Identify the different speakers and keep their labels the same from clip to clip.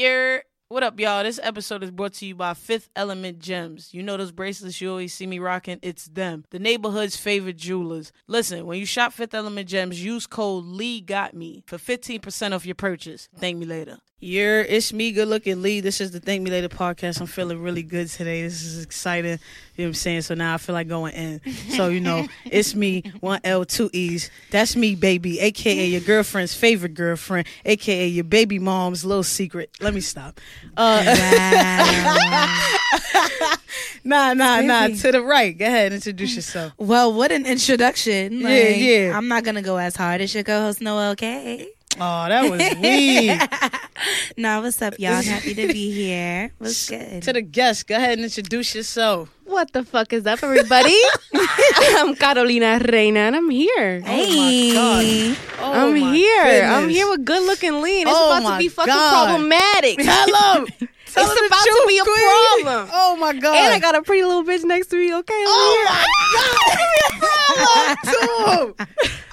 Speaker 1: You're what up, y'all? This episode is brought to you by Fifth Element Gems. You know those bracelets you always see me rocking? It's them, the neighborhood's favorite jewelers. Listen, when you shop Fifth Element Gems, use code Lee Got Me for 15% off your purchase. Thank me later. You're it's me, good looking Lee. This is the Thank Me Later podcast. I'm feeling really good today. This is exciting. You know what I'm saying? So now I feel like going in. So you know, it's me, one L, two E's. That's me, baby, aka your girlfriend's favorite girlfriend, aka your baby mom's little secret. Let me stop. Uh, nah, nah, nah.
Speaker 2: Baby.
Speaker 1: To the right. Go ahead,
Speaker 3: Mm.
Speaker 1: introduce yourself.
Speaker 2: Well, what an introduction. Like,
Speaker 1: yeah.
Speaker 2: I'm not going to go as hard as your co host, Noel K.
Speaker 1: Oh, that was weak.
Speaker 2: Nah, what's up, y'all? I'm happy to be here. What's good?
Speaker 1: to the guest, go ahead and introduce yourself.
Speaker 3: What the fuck is up, everybody? I'm Carolina Reina, and I'm here.
Speaker 2: hey.
Speaker 1: Oh, God. Oh,
Speaker 3: I'm
Speaker 1: my
Speaker 3: here. I'm
Speaker 1: goodness.
Speaker 3: here with good looking lean. It's
Speaker 1: Oh
Speaker 3: about
Speaker 1: my
Speaker 3: to be fucking
Speaker 1: God.
Speaker 3: problematic.
Speaker 1: Tell him. Tell
Speaker 3: It's
Speaker 1: him the
Speaker 3: about to
Speaker 1: truth,
Speaker 3: be a
Speaker 1: queen.
Speaker 3: problem.
Speaker 1: Oh my god.
Speaker 3: and I got a pretty little bitch next to me, okay?
Speaker 1: Oh my god. Tell him.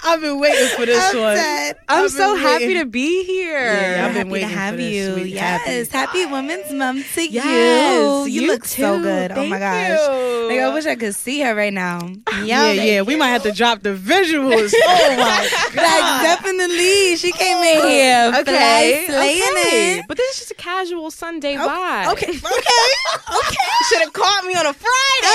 Speaker 1: I've been waiting for this one.
Speaker 3: I'm
Speaker 1: I've
Speaker 3: so
Speaker 1: been
Speaker 3: happy
Speaker 1: waiting.
Speaker 3: to be here.
Speaker 1: Yeah, I've
Speaker 2: I'm
Speaker 1: been waiting
Speaker 2: happy to
Speaker 1: for
Speaker 2: have
Speaker 1: this.
Speaker 2: you.
Speaker 1: We happy.
Speaker 2: yes. Happy Women's Month to
Speaker 3: Yes,
Speaker 2: you. You,
Speaker 3: you
Speaker 2: look so
Speaker 3: too.
Speaker 2: good. oh
Speaker 3: Thank
Speaker 2: my
Speaker 3: you.
Speaker 2: gosh. Like, I wish I could see her right now.
Speaker 1: Yeah, yeah. We might have to drop the visuals. Oh my
Speaker 2: Like,
Speaker 1: god.
Speaker 2: definitely. She came in here.
Speaker 1: Oh,
Speaker 2: fly,
Speaker 3: Okay.
Speaker 2: slaying
Speaker 3: okay.
Speaker 2: it.
Speaker 3: But this is just a casual Sunday vibe.
Speaker 2: Okay. Okay. Okay.
Speaker 3: Should have caught me on a Friday.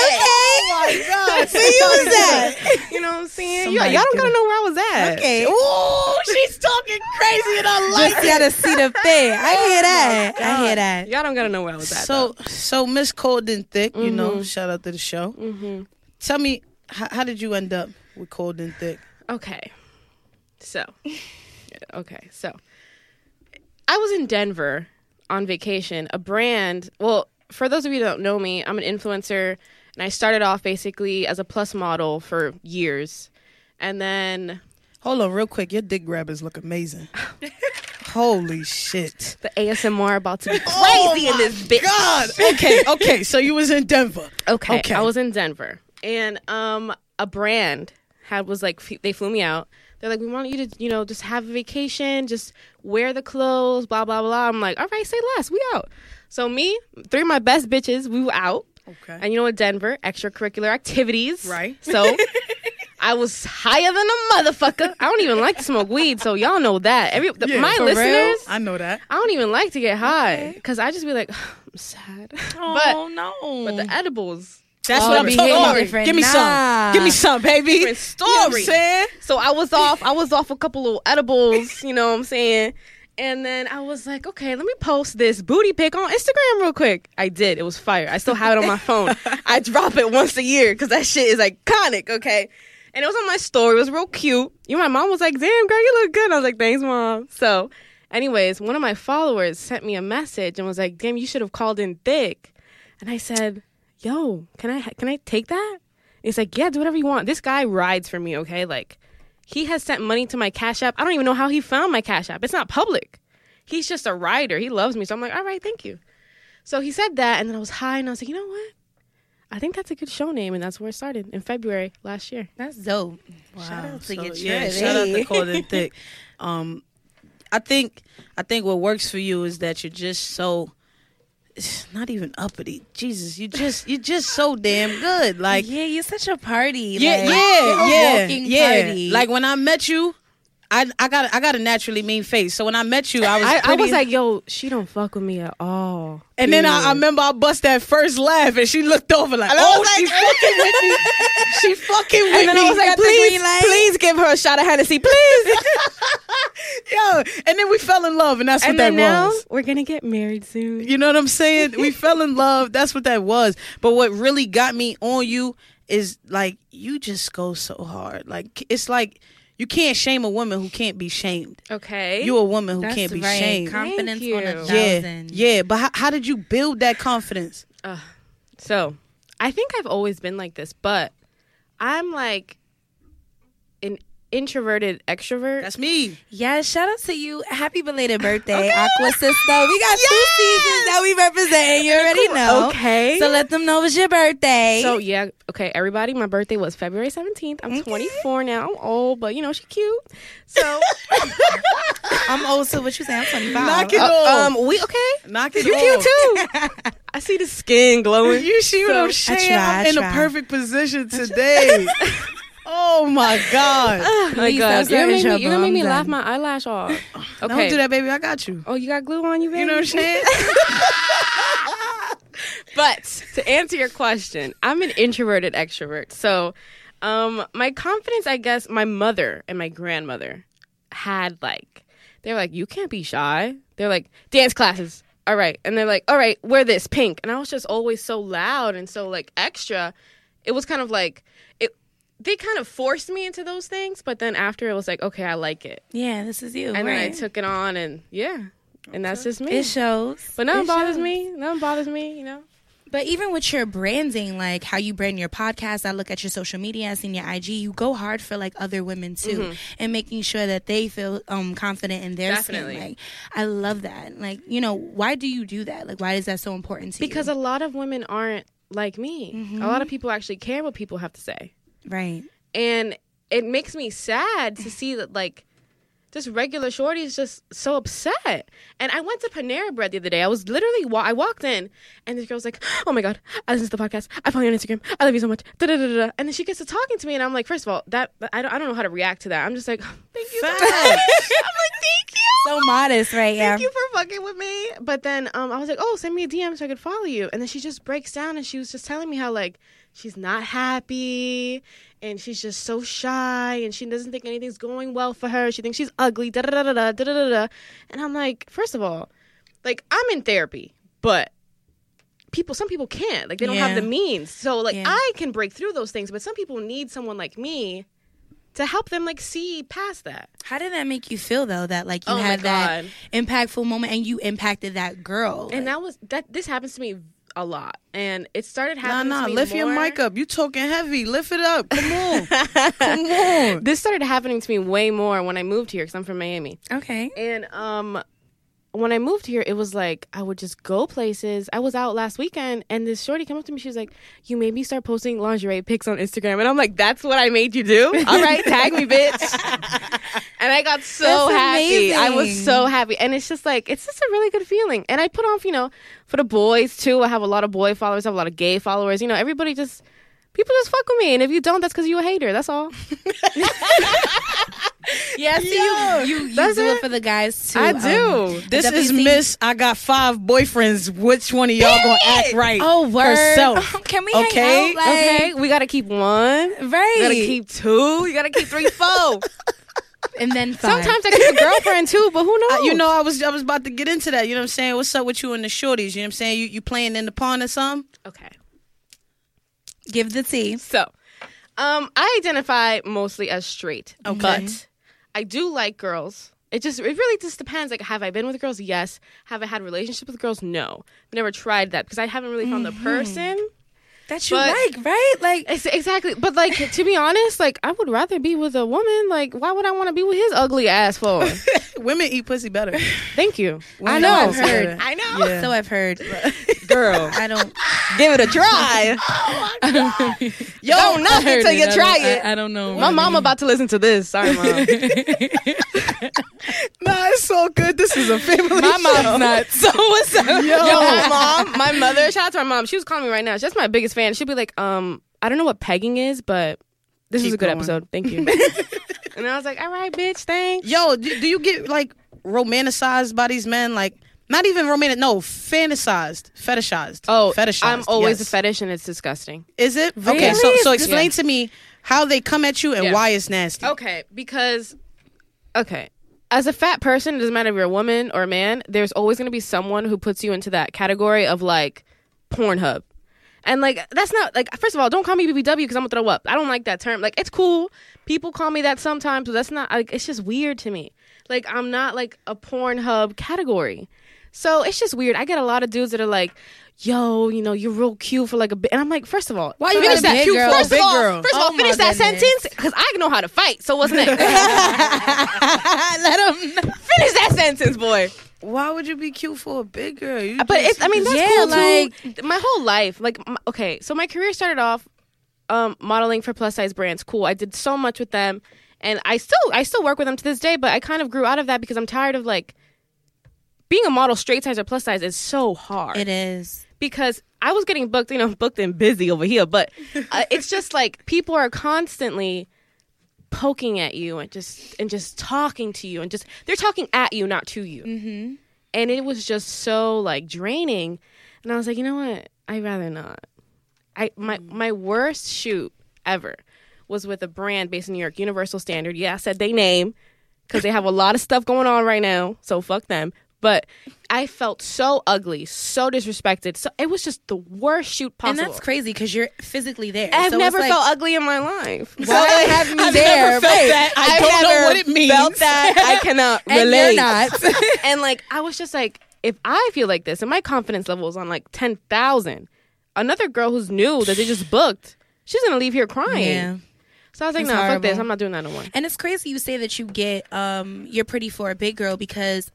Speaker 2: Okay.
Speaker 1: God.
Speaker 2: So you was that?
Speaker 3: You know what I'm saying? Y'all
Speaker 1: Somebody
Speaker 3: y'all don't
Speaker 1: get
Speaker 3: gotta know where I was at.
Speaker 2: Okay.
Speaker 1: Ooh, she's talking crazy and I Oh like
Speaker 2: Just gotta see the thing. I hear that. I hear that.
Speaker 3: Y'all don't gotta know where I was at.
Speaker 1: So so Miss Cold and Thick, you know, shout out to the show.
Speaker 3: though. Mhm.
Speaker 1: Tell me how, how did you end up with Cold and Thick?
Speaker 3: Okay. So, okay. So, I was in Denver on vacation. A brand, well, for those of you who don't know me, I'm an influencer and I started off basically as a plus model for years. And then
Speaker 1: Hold on, real quick. Your dick grabbers look amazing. Holy shit!
Speaker 3: the ASMR about to be crazy in this bitch.
Speaker 1: God. Okay, okay. So you was in Denver.
Speaker 3: Okay.
Speaker 1: Okay.
Speaker 3: I was in Denver, and um, a brand had was like f- they flew me out. They're like, we want you to, you know, just have a vacation, just wear the clothes, blah blah blah. I'm like, all right, say less, we out. So me, three of my best bitches, we were out,
Speaker 1: Okay.
Speaker 3: and you know, in Denver, extracurricular activities,
Speaker 1: Right.
Speaker 3: So. I was higher than a motherfucker. I don't even like to smoke weed, so y'all know that. Every the,
Speaker 1: Yeah,
Speaker 3: my
Speaker 1: for real?
Speaker 3: listeners,
Speaker 1: I know that.
Speaker 3: I don't even like to get high because I just be like, I'm sad.
Speaker 2: Oh no.
Speaker 3: but the edibles,
Speaker 1: That's
Speaker 2: Oh,
Speaker 1: what I'm
Speaker 2: we
Speaker 1: talking
Speaker 2: hitting
Speaker 1: about.
Speaker 2: different-
Speaker 1: Give me
Speaker 2: nah.
Speaker 1: some. Give me some, baby.
Speaker 3: Different
Speaker 1: You know what I'm
Speaker 3: story.
Speaker 1: saying?
Speaker 3: So I was off. I was off a couple little edibles. You know what I'm saying? And then I was like, okay, let me post this booty pic on Instagram real quick. I did. It was fire. I still have it on my phone. I drop it once a year because that shit is iconic. Okay. And it was on my story. It was real cute. You, know, my mom was like, "Damn, girl, you look good." I was like, "Thanks, mom." So, anyways, one of my followers sent me a message and was like, "Damn, you should have called in thick." And I said, "Yo, can I can I take that?" He's like, "Yeah, do whatever you want." This guy rides for me, okay? Like, he has sent money to my Cash App. I don't even know how he found my Cash App. It's not public. He's just a rider. He loves me. So I'm like, all right, thank you. So he said that, and then I was high, and I was like, you know what? I think that's a good show name, and that's where it started in February last year.
Speaker 2: That's dope. Shout
Speaker 1: Wow.
Speaker 2: out to
Speaker 1: So,
Speaker 2: your trip.
Speaker 1: yeah, shout out
Speaker 2: hey.
Speaker 1: to Cold and Thick. Um, I think I think what works for you is that you're just so it's not even uppity. Jesus, you just you're just so damn good. Like
Speaker 2: yeah, you're such a party.
Speaker 1: Yeah, yeah,
Speaker 2: like, you're a
Speaker 1: yeah,
Speaker 2: walking
Speaker 1: yeah.
Speaker 2: party.
Speaker 1: Like when I met you, I I got I got a naturally mean face. So when I met you, I was
Speaker 3: I, I
Speaker 1: pretty-
Speaker 3: was like, yo, she don't fuck with me at all.
Speaker 1: and then I, I remember I bust that first laugh, and she looked over like,
Speaker 2: I
Speaker 1: oh,
Speaker 2: was
Speaker 1: she
Speaker 2: like-
Speaker 1: fucking with me. She fucking with
Speaker 3: And then
Speaker 1: me.
Speaker 3: I was like,
Speaker 2: got the green
Speaker 3: please,
Speaker 2: light?
Speaker 3: please give her a shot of Hennessy, please.
Speaker 1: yo. And then we fell in love, and that's
Speaker 3: and
Speaker 1: what
Speaker 3: then
Speaker 1: that
Speaker 3: now
Speaker 1: was.
Speaker 3: we're gonna get married soon.
Speaker 1: You know what I'm saying? We fell in love. That's what that was. But what really got me on you is like you just go so hard. Like it's like you can't shame a woman who can't be shamed.
Speaker 3: Okay.
Speaker 1: You a woman who
Speaker 2: That's
Speaker 1: can't be
Speaker 2: right.
Speaker 1: shamed.
Speaker 2: Confidence
Speaker 3: Thank
Speaker 2: on a
Speaker 3: you.
Speaker 1: yeah,
Speaker 2: thousand.
Speaker 1: yeah. But how, how did you build that confidence?
Speaker 3: So, I think I've always been like this, but I'm like an introverted extrovert.
Speaker 1: That's me.
Speaker 2: Yeah, shout out to you. Happy belated birthday, Aqua Sister. We got two seasons that we representing. You already know.
Speaker 3: Okay.
Speaker 2: So let them know it's your birthday.
Speaker 3: So yeah, okay, everybody. My birthday was February seventeenth. I'm 24 now. I'm old, but you know she cute. So
Speaker 2: I'm old, so what you say? I'm 25.
Speaker 1: Knock it
Speaker 3: uh,
Speaker 1: off.
Speaker 3: um, we okay?
Speaker 1: Knock it
Speaker 3: You
Speaker 1: off.
Speaker 3: cute too. I see the skin glowing.
Speaker 1: You see what I'm
Speaker 2: So- I
Speaker 1: saying?
Speaker 2: try,
Speaker 1: I'm
Speaker 2: I
Speaker 1: in the
Speaker 2: try.
Speaker 1: perfect position today. oh my god!
Speaker 3: My
Speaker 2: Please,
Speaker 3: God,
Speaker 2: that's not
Speaker 3: you're gonna make me,
Speaker 2: trouble.
Speaker 3: you're gonna make
Speaker 2: I'm
Speaker 3: me laugh
Speaker 2: done.
Speaker 3: my eyelash off. Okay.
Speaker 1: Don't do that, baby. I got you.
Speaker 3: Oh, you got glue on you, baby.
Speaker 1: You know what I'm saying?
Speaker 3: but to answer your question, I'm an introverted extrovert. So, um, my confidence, I guess, my mother and my grandmother had like, they're like, you can't be shy. They're like, dance classes. All right. And they're like, all right, wear this pink. And I was just always so loud and so like extra. It was kind of like, it, they kind of forced me into those things. But then after it was like, okay, I like it.
Speaker 2: yeah, this is you.
Speaker 3: And
Speaker 2: right?
Speaker 3: then I took it on and yeah. And that's just me.
Speaker 2: it shows.
Speaker 3: but nothing
Speaker 2: It
Speaker 3: bothers
Speaker 2: shows.
Speaker 3: me. Nothing bothers me, you know?
Speaker 2: But even with your branding, like how you brand your podcast, I look at your social media, I seen your IG. You go hard for like other women too, and making sure that they feel um confident in their
Speaker 3: Definitely.
Speaker 2: skin. Like I love that. Like you know, why do you do that? Like why is that so important to
Speaker 3: because
Speaker 2: you?
Speaker 3: a lot of women aren't like me. A lot of people actually care what people have to say.
Speaker 2: right.
Speaker 3: And it makes me sad to see that like just regular shorties just so upset. And I went to Panera Bread the other day. I was literally wa- I walked in and this girl's like, "Oh my god, I listen to the podcast. I follow you on Instagram. I love you so much." Da da da da. da." And then she gets to talking to me, and I'm like, first of all, that I don't I don't know how to react to that. I'm just like, thank you. so much." I'm like, thank you.
Speaker 2: So modest, right? Yeah.
Speaker 3: Thank you for fucking with me. But then um, I was like, oh, send me a DM so I could follow you. And then she just breaks down and she was just telling me how, like, she's not happy and she's just so shy and she doesn't think anything's going well for her. She thinks she's ugly, da da da da da da da da. And I'm like, first of all, like, I'm in therapy, but people some people can't like they don't have
Speaker 2: Yeah.
Speaker 3: the means so like
Speaker 2: Yeah.
Speaker 3: i can break through those things but some people need someone like me to help them like see past that
Speaker 2: How did that make you feel though? That like you
Speaker 3: Oh, my
Speaker 2: had that
Speaker 3: God.
Speaker 2: impactful moment and you impacted that girl.
Speaker 3: And that was that. This happens to me a lot, and it started
Speaker 1: Nah,
Speaker 3: happening.
Speaker 1: nah.
Speaker 3: to me
Speaker 1: Lift your
Speaker 3: more-
Speaker 1: mic up. You talking heavy. Lift it up. Come on. Come on.
Speaker 3: This started happening to me way more when I moved here because I'm from Miami.
Speaker 2: okay.
Speaker 3: And um, when I moved here, it was like I would just go places. I was out last weekend, and this shorty came up to me. She was like, "You made me start posting lingerie pics on Instagram," and I'm like, "That's what I made you do? All right, tag me, bitch." and I got so
Speaker 2: That's
Speaker 3: happy. I was
Speaker 2: amazing.
Speaker 3: so happy, and it's just like it's just a really good feeling. And I put on, you know, for the boys too. I have a lot of boy followers. I have a lot of gay followers. You know, everybody just. People just fuck with me, and if you don't, that's because you a hater. That's all.
Speaker 2: Yeah, see, you, you, you
Speaker 3: that's
Speaker 2: do it.
Speaker 3: it.
Speaker 2: for the guys too.
Speaker 3: I
Speaker 2: Um,
Speaker 3: do.
Speaker 1: This is
Speaker 2: WC
Speaker 1: Miss. I got five boyfriends. Which one of y'all gonna act right?
Speaker 2: Oh, word.
Speaker 1: Herself.
Speaker 2: Can we
Speaker 1: Okay?
Speaker 2: hang out? Like,
Speaker 3: okay, we gotta keep one.
Speaker 2: Right.
Speaker 3: You gotta keep two. You gotta keep three, four.
Speaker 2: and then five.
Speaker 3: Sometimes I keep a girlfriend too, but who knows?
Speaker 1: I- you know, I was I was about to get into that. You know what I'm saying? What's up with you and the shorties? You know what I'm saying? You you playing in the pond or something?
Speaker 3: Okay.
Speaker 2: give the tea.
Speaker 3: So, um, I identify mostly as straight, but I do like girls. It just it really just depends. Like, have I been with girls? Yes. Have I had relationships with girls? No. I've never tried that because I haven't really found the person.
Speaker 2: That you
Speaker 3: But-
Speaker 2: like, right? Like,
Speaker 3: Ex- exactly. But like to be honest, like I would rather be with a woman. Like, why would I want to be with his ugly ass for?
Speaker 1: Women eat pussy better.
Speaker 3: Thank you. I
Speaker 1: Women
Speaker 3: know.
Speaker 1: eat
Speaker 2: I've
Speaker 1: pussy
Speaker 2: heard.
Speaker 1: better.
Speaker 3: I know.
Speaker 1: Yeah.
Speaker 2: so I've heard.
Speaker 3: Girl.
Speaker 2: I don't.
Speaker 3: Give it a try.
Speaker 1: Yo,
Speaker 3: nothing till you try it.
Speaker 2: I, I don't know.
Speaker 3: My mom about to listen to this. Sorry, mom.
Speaker 1: nah, it's so good. This is a family.
Speaker 2: My mom's not. So what's up?
Speaker 3: Yo, my mom, my mother. Shout out to my mom. She was calling me right now. She's my biggest fan. She'd be like, um, I don't know what pegging is, but this is
Speaker 1: Keep
Speaker 3: a good
Speaker 1: going.
Speaker 3: episode. Thank you. and I was like, all right, bitch, thanks.
Speaker 1: Yo, do, do you get like romanticized by these men? Like not even romantic. No, fantasized, fetishized.
Speaker 3: Oh,
Speaker 1: fetishized.
Speaker 3: I'm always
Speaker 1: yes.
Speaker 3: a fetish, and it's disgusting.
Speaker 1: Is it okay? So
Speaker 3: Really?
Speaker 1: so explain to me how they come at you and
Speaker 3: Yeah. Oh.
Speaker 1: why it's nasty.
Speaker 3: Okay, because okay, as a fat person, it doesn't matter if you're a woman or a man. There's always going to be someone who puts you into that category of like Pornhub. And like that's not like first of all, don't call me BBW because I'm gonna throw up. I don't like that term. Like it's cool. People call me that sometimes, but that's not like it's just weird to me. Like I'm not like a Pornhub category. So it's just weird. I get a lot of dudes that are like, yo, you know, you're real cute for like a bit. And I'm like, first of all,
Speaker 2: Why you got
Speaker 3: finish
Speaker 2: a
Speaker 3: that
Speaker 2: big
Speaker 3: cute
Speaker 2: girl,
Speaker 3: First
Speaker 1: big
Speaker 3: of all,
Speaker 1: girl?
Speaker 3: first of all,
Speaker 2: Oh,
Speaker 3: finish
Speaker 2: my
Speaker 3: that
Speaker 2: goodness.
Speaker 3: sentence because I know how to fight. So what's next?
Speaker 2: Let him. Know.
Speaker 3: finish that sentence, boy.
Speaker 1: Why would you be cute for a big girl? You
Speaker 3: Uh, But
Speaker 1: just-
Speaker 3: it's, I mean, that's
Speaker 2: Yeah,
Speaker 3: cool too. My whole life, like, m okay, so my career started off um, modeling for plus size brands. Cool, I did so much with them, and I still, I still work with them to this day. But I kind of grew out of that because I'm tired of like being a model straight size or plus size is so hard
Speaker 2: It is.
Speaker 3: because I was getting booked, you know, booked and busy over here. But uh, it's just like people are constantly poking at you and just and just talking to you and just they're talking at you, not to you. Mm-hmm. And it was just so like draining. And I was like, you know what? I'd rather not. I my
Speaker 2: Mm-hmm.
Speaker 3: my worst shoot ever was with a brand based in New York, Universal Standard. Yeah, I said they name because they have a lot of stuff going on right now. So fuck them. But I felt so ugly, so disrespected. So it was just the worst shoot
Speaker 2: And
Speaker 3: possible.
Speaker 2: that's crazy because you're physically there.
Speaker 3: I've
Speaker 2: So it's
Speaker 3: never
Speaker 2: like,
Speaker 3: felt ugly in my life.
Speaker 2: Why they have me there? Right.
Speaker 1: I
Speaker 3: I've
Speaker 1: don't know
Speaker 3: never
Speaker 1: what it means.
Speaker 3: Felt that I cannot
Speaker 2: And
Speaker 3: relate.
Speaker 2: you're not.
Speaker 3: and like I was just like, if I feel like this, and my confidence level is on like ten thousand, another girl who's new that they just booked, she's gonna leave here crying.
Speaker 2: yeah.
Speaker 3: So I was like,
Speaker 2: It's
Speaker 3: no, nah, fuck this.
Speaker 2: horrible.
Speaker 3: I'm not doing that no more.
Speaker 2: And it's crazy you say that you get um you're pretty for a big girl because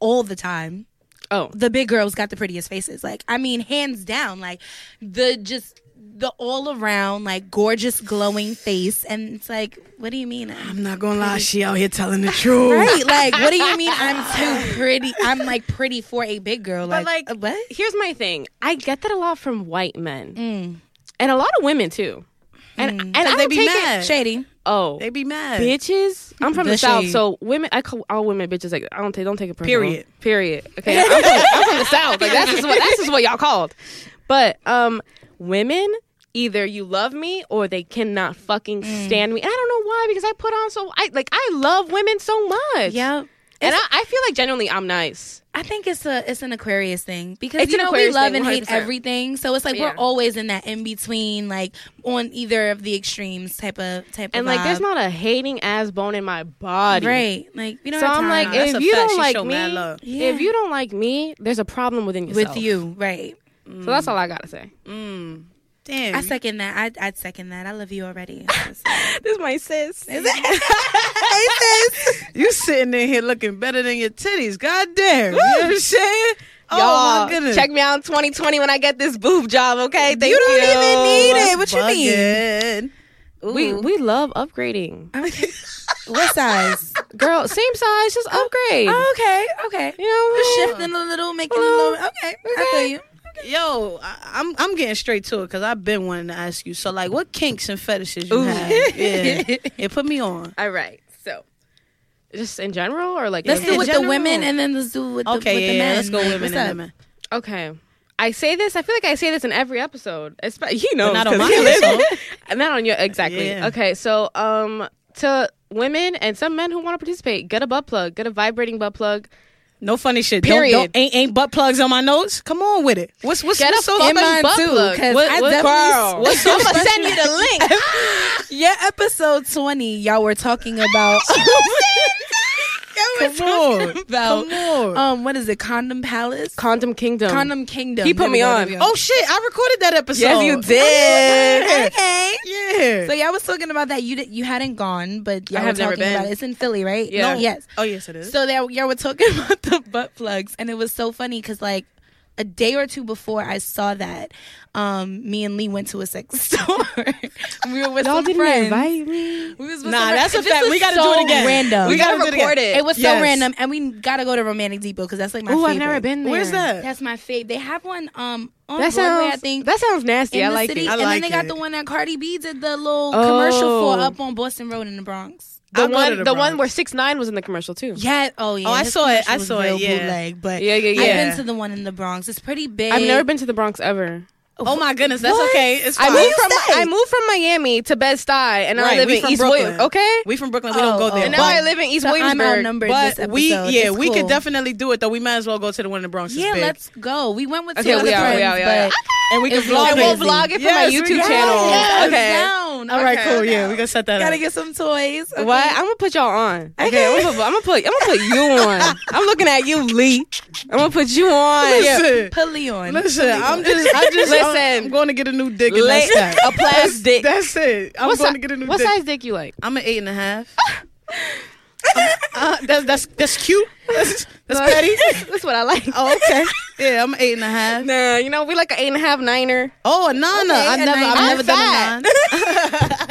Speaker 2: all the time
Speaker 3: Oh,
Speaker 2: the big girls got the prettiest faces. Like I mean, hands down, like the just the all around like gorgeous glowing face and it's like what do you mean I'm
Speaker 1: I'm not gonna lie, she out here telling the truth.
Speaker 2: right like what do you mean I'm too pretty I'm like pretty for a big girl like,
Speaker 3: but like,
Speaker 2: uh, what
Speaker 3: Here's my thing. I get that a lot from white men, and a lot of women too. And and I
Speaker 1: Mm. they
Speaker 3: don't
Speaker 1: be
Speaker 3: take
Speaker 1: mad.
Speaker 3: it.
Speaker 2: shady
Speaker 3: Oh,
Speaker 1: They be mad.
Speaker 3: bitches. I'm from the,
Speaker 2: The
Speaker 3: south,
Speaker 2: shade.
Speaker 3: so women. I call all women bitches. Like I don't take don't take it personal.
Speaker 1: Period.
Speaker 3: Period. Okay, I'm from, I'm from the south. Like that's just what that's just what y'all called. But um, women either you love me or they cannot fucking stand me. And I don't know why because I put on so I like I love women so much.
Speaker 2: yeah
Speaker 3: and I, I feel like genuinely I'm nice.
Speaker 2: I think it's a it's an Aquarius thing because
Speaker 3: It's
Speaker 2: you
Speaker 3: an
Speaker 2: know
Speaker 3: Aquarius
Speaker 2: we love
Speaker 3: thing,
Speaker 2: and hate
Speaker 3: 100%.
Speaker 2: everything, so it's like
Speaker 3: Yeah.
Speaker 2: we're always in that in between, like on either of the extremes type of type of
Speaker 3: And like there's
Speaker 2: vibe.
Speaker 3: not a hating ass bone in my body.
Speaker 2: right, like you know.
Speaker 3: So I'm like,
Speaker 1: Nah, that's
Speaker 3: if
Speaker 1: a
Speaker 3: you
Speaker 1: fact.
Speaker 3: don't
Speaker 1: She
Speaker 3: like
Speaker 1: show mad love.
Speaker 3: me,
Speaker 2: Yeah.
Speaker 3: if you don't like me, there's a problem within
Speaker 2: with
Speaker 3: yourself.
Speaker 2: you, right?
Speaker 3: So that's all I gotta say.
Speaker 1: Mm. Damn.
Speaker 2: I second that. I I second that. I love you already.
Speaker 3: This is my sis.
Speaker 1: you sitting in here looking better than your titties. God damn. You know what I'm saying? oh
Speaker 3: Y'all,
Speaker 1: my goodness.
Speaker 3: check me out in 2020 when I get this boob job, okay? Thank you.
Speaker 1: don't even
Speaker 2: need it. What you
Speaker 1: mean?
Speaker 3: We, we love upgrading.
Speaker 2: okay. What size?
Speaker 3: Girl, same size, just upgrade.
Speaker 2: okay, okay.
Speaker 3: you know
Speaker 2: Oh, Just
Speaker 3: what?
Speaker 2: shifting a little, making a little. Okay, I feel you.
Speaker 1: Yo, I, I'm I'm getting straight to it because I've been wanting to ask you. So, like, what kinks and fetishes you
Speaker 3: Ooh.
Speaker 1: have? Yeah, yeah, put me on.
Speaker 3: All right, so just in general or like
Speaker 2: Let's
Speaker 3: in-
Speaker 2: do
Speaker 3: in
Speaker 2: with the
Speaker 3: general?
Speaker 2: women, and then let's do with the,
Speaker 1: Okay,
Speaker 2: with
Speaker 1: yeah,
Speaker 2: the
Speaker 1: yeah,
Speaker 2: men.
Speaker 1: let's go
Speaker 2: Like,
Speaker 1: women
Speaker 2: what's
Speaker 1: and
Speaker 2: up?
Speaker 1: the men.
Speaker 3: Okay. I say this. I feel like I say this in every episode. Espe- You know,
Speaker 1: not on
Speaker 3: 'cause
Speaker 1: my
Speaker 3: you live- not on your exactly.
Speaker 1: Yeah.
Speaker 3: Okay, so um, to women and some men who want to participate, get a butt plug, get a vibrating butt plug,
Speaker 1: No funny shit.
Speaker 3: Period.
Speaker 1: Don't, don't, ain't ain't butt plugs on my notes. Come on with it. What's what's,
Speaker 3: get a
Speaker 1: what's Oh, so
Speaker 3: fucking
Speaker 2: in mine
Speaker 3: butt
Speaker 2: too,
Speaker 3: plug.
Speaker 2: 'cause I
Speaker 3: girl?
Speaker 2: definitely-
Speaker 3: What's so I'm gonna send you the link.
Speaker 2: Your episode 20, y'all were talking about. y'all were
Speaker 1: Come on.
Speaker 2: talking about.
Speaker 1: Come on.
Speaker 2: Um, what is it? Condom Palace?
Speaker 3: Condom Kingdom.
Speaker 2: Condom Kingdom.
Speaker 3: He put
Speaker 2: There we
Speaker 3: me
Speaker 2: go,
Speaker 3: on.
Speaker 2: there we go. Oh,
Speaker 1: Oh shit! I recorded that episode.
Speaker 3: Yes, you did.
Speaker 2: okay.
Speaker 1: Yeah.
Speaker 2: So y'all was talking about that. You did, you hadn't gone, but y'all
Speaker 3: I have
Speaker 2: were
Speaker 3: never
Speaker 2: talking
Speaker 3: been.
Speaker 2: about it. It's in Philly, right?
Speaker 3: Yeah.
Speaker 2: No, Yes.
Speaker 1: oh yes, it is.
Speaker 2: So there, y'all were talking about the butt plugs, and it was so funny because like a day or two before I saw that, um, me and Lee went to a sex store. we were with
Speaker 3: Y'all
Speaker 2: some
Speaker 3: didn't
Speaker 2: friends.
Speaker 3: invite me.
Speaker 2: We was with
Speaker 1: nah,
Speaker 2: some
Speaker 1: that's a
Speaker 2: friends. This
Speaker 1: fact.
Speaker 2: is
Speaker 1: We gotta
Speaker 2: so
Speaker 1: do it again.
Speaker 2: Random.
Speaker 1: We gotta,
Speaker 3: gotta
Speaker 1: do it
Speaker 3: record
Speaker 1: again.
Speaker 3: it.
Speaker 2: It was
Speaker 1: Yes.
Speaker 2: so random, and we gotta go to Romantic Depot because that's like my.
Speaker 3: Oh,
Speaker 2: favorite.
Speaker 3: I've never been there.
Speaker 1: Where's that?
Speaker 2: That's my favorite. They have one um on
Speaker 3: That
Speaker 2: Broadway,
Speaker 3: sounds.
Speaker 2: I think.
Speaker 3: That sounds nasty.
Speaker 2: in
Speaker 3: I
Speaker 2: the
Speaker 3: like
Speaker 2: city,
Speaker 3: it.
Speaker 1: I
Speaker 2: and then
Speaker 1: like
Speaker 2: they got
Speaker 1: it.
Speaker 2: the one that Cardi B did the little
Speaker 3: Oh.
Speaker 2: commercial for up on Boston Road in the Bronx.
Speaker 1: I
Speaker 3: The
Speaker 1: wanted
Speaker 3: one,
Speaker 1: a
Speaker 3: the one
Speaker 1: Bronx.
Speaker 3: where six nine was in the commercial too.
Speaker 2: Yeah. Oh yeah.
Speaker 1: Oh, I
Speaker 2: his
Speaker 1: saw it.
Speaker 2: commercial
Speaker 1: I
Speaker 2: was
Speaker 1: saw it,
Speaker 2: real
Speaker 1: yeah.
Speaker 2: bootleg, but
Speaker 3: Yeah, yeah,
Speaker 2: I've
Speaker 1: yeah.
Speaker 2: been to the one in the Bronx. It's pretty big.
Speaker 3: I've never been to the Bronx ever.
Speaker 1: Oh my goodness, that's
Speaker 2: What?
Speaker 1: okay. It's
Speaker 3: I
Speaker 1: fine.
Speaker 3: moved from
Speaker 2: stay?
Speaker 3: I moved from Miami to Bed Stuy, and I
Speaker 1: Right,
Speaker 3: live
Speaker 1: we
Speaker 3: in
Speaker 1: from
Speaker 3: East
Speaker 1: Brooklyn.
Speaker 3: Williams. Okay,
Speaker 1: We from Brooklyn. We don't
Speaker 2: Oh,
Speaker 1: go there.
Speaker 2: oh,
Speaker 3: and now
Speaker 2: But-
Speaker 3: I live in East
Speaker 2: So I'm
Speaker 3: Williamsburg.
Speaker 2: outnumbered.
Speaker 1: But
Speaker 2: this
Speaker 1: we,
Speaker 2: episode.
Speaker 1: yeah,
Speaker 2: It's
Speaker 1: we could
Speaker 2: cool.
Speaker 1: definitely do it though. We might as well go to the one in the Bronx.
Speaker 2: Yeah,
Speaker 1: it's big.
Speaker 2: let's go. We went with two
Speaker 3: Okay,
Speaker 2: other
Speaker 3: we are, we
Speaker 2: friends,
Speaker 3: are, we are.
Speaker 2: but
Speaker 1: and we can
Speaker 2: It's real
Speaker 1: vlog
Speaker 3: And we'll
Speaker 1: it.
Speaker 2: crazy.
Speaker 3: vlog it for
Speaker 1: Yes,
Speaker 3: my
Speaker 1: we
Speaker 3: YouTube
Speaker 1: can.
Speaker 3: channel.
Speaker 1: Yes,
Speaker 3: okay.
Speaker 2: down. alone.
Speaker 3: All right,
Speaker 2: Okay.
Speaker 3: cool. Yeah, we gonna set that
Speaker 2: Gotta
Speaker 3: up.
Speaker 2: get some toys. Okay.
Speaker 3: What? I'm gonna put y'all on. Okay,
Speaker 2: Okay.
Speaker 3: I'm, gonna put, I'm gonna put I'm gonna put you on. I'm looking at you, Lee. I'm gonna put you on.
Speaker 2: Yeah,
Speaker 1: Listen.
Speaker 2: put Leon.
Speaker 1: Listen, I'm just, I just, I'm,
Speaker 3: Listen.
Speaker 1: I'm going to get a new dick. And
Speaker 3: Lay-
Speaker 1: that's that.
Speaker 3: a plastic.
Speaker 1: That's it. I'm
Speaker 3: What
Speaker 1: going
Speaker 3: si-
Speaker 1: to get a new
Speaker 3: What
Speaker 1: dick.
Speaker 3: size dick you like?
Speaker 1: I'm an eight and a half. Uh, that's that's that's cute. That's, that's petty.
Speaker 3: That's what I like.
Speaker 1: Oh, okay. Yeah, I'm an eight and a half.
Speaker 3: Nah, you know we like an eight and a half niner.
Speaker 1: Oh, a nana.
Speaker 2: Okay,
Speaker 1: I
Speaker 2: a
Speaker 1: never, I've
Speaker 2: nine.
Speaker 1: never done a
Speaker 3: I'm
Speaker 1: nine.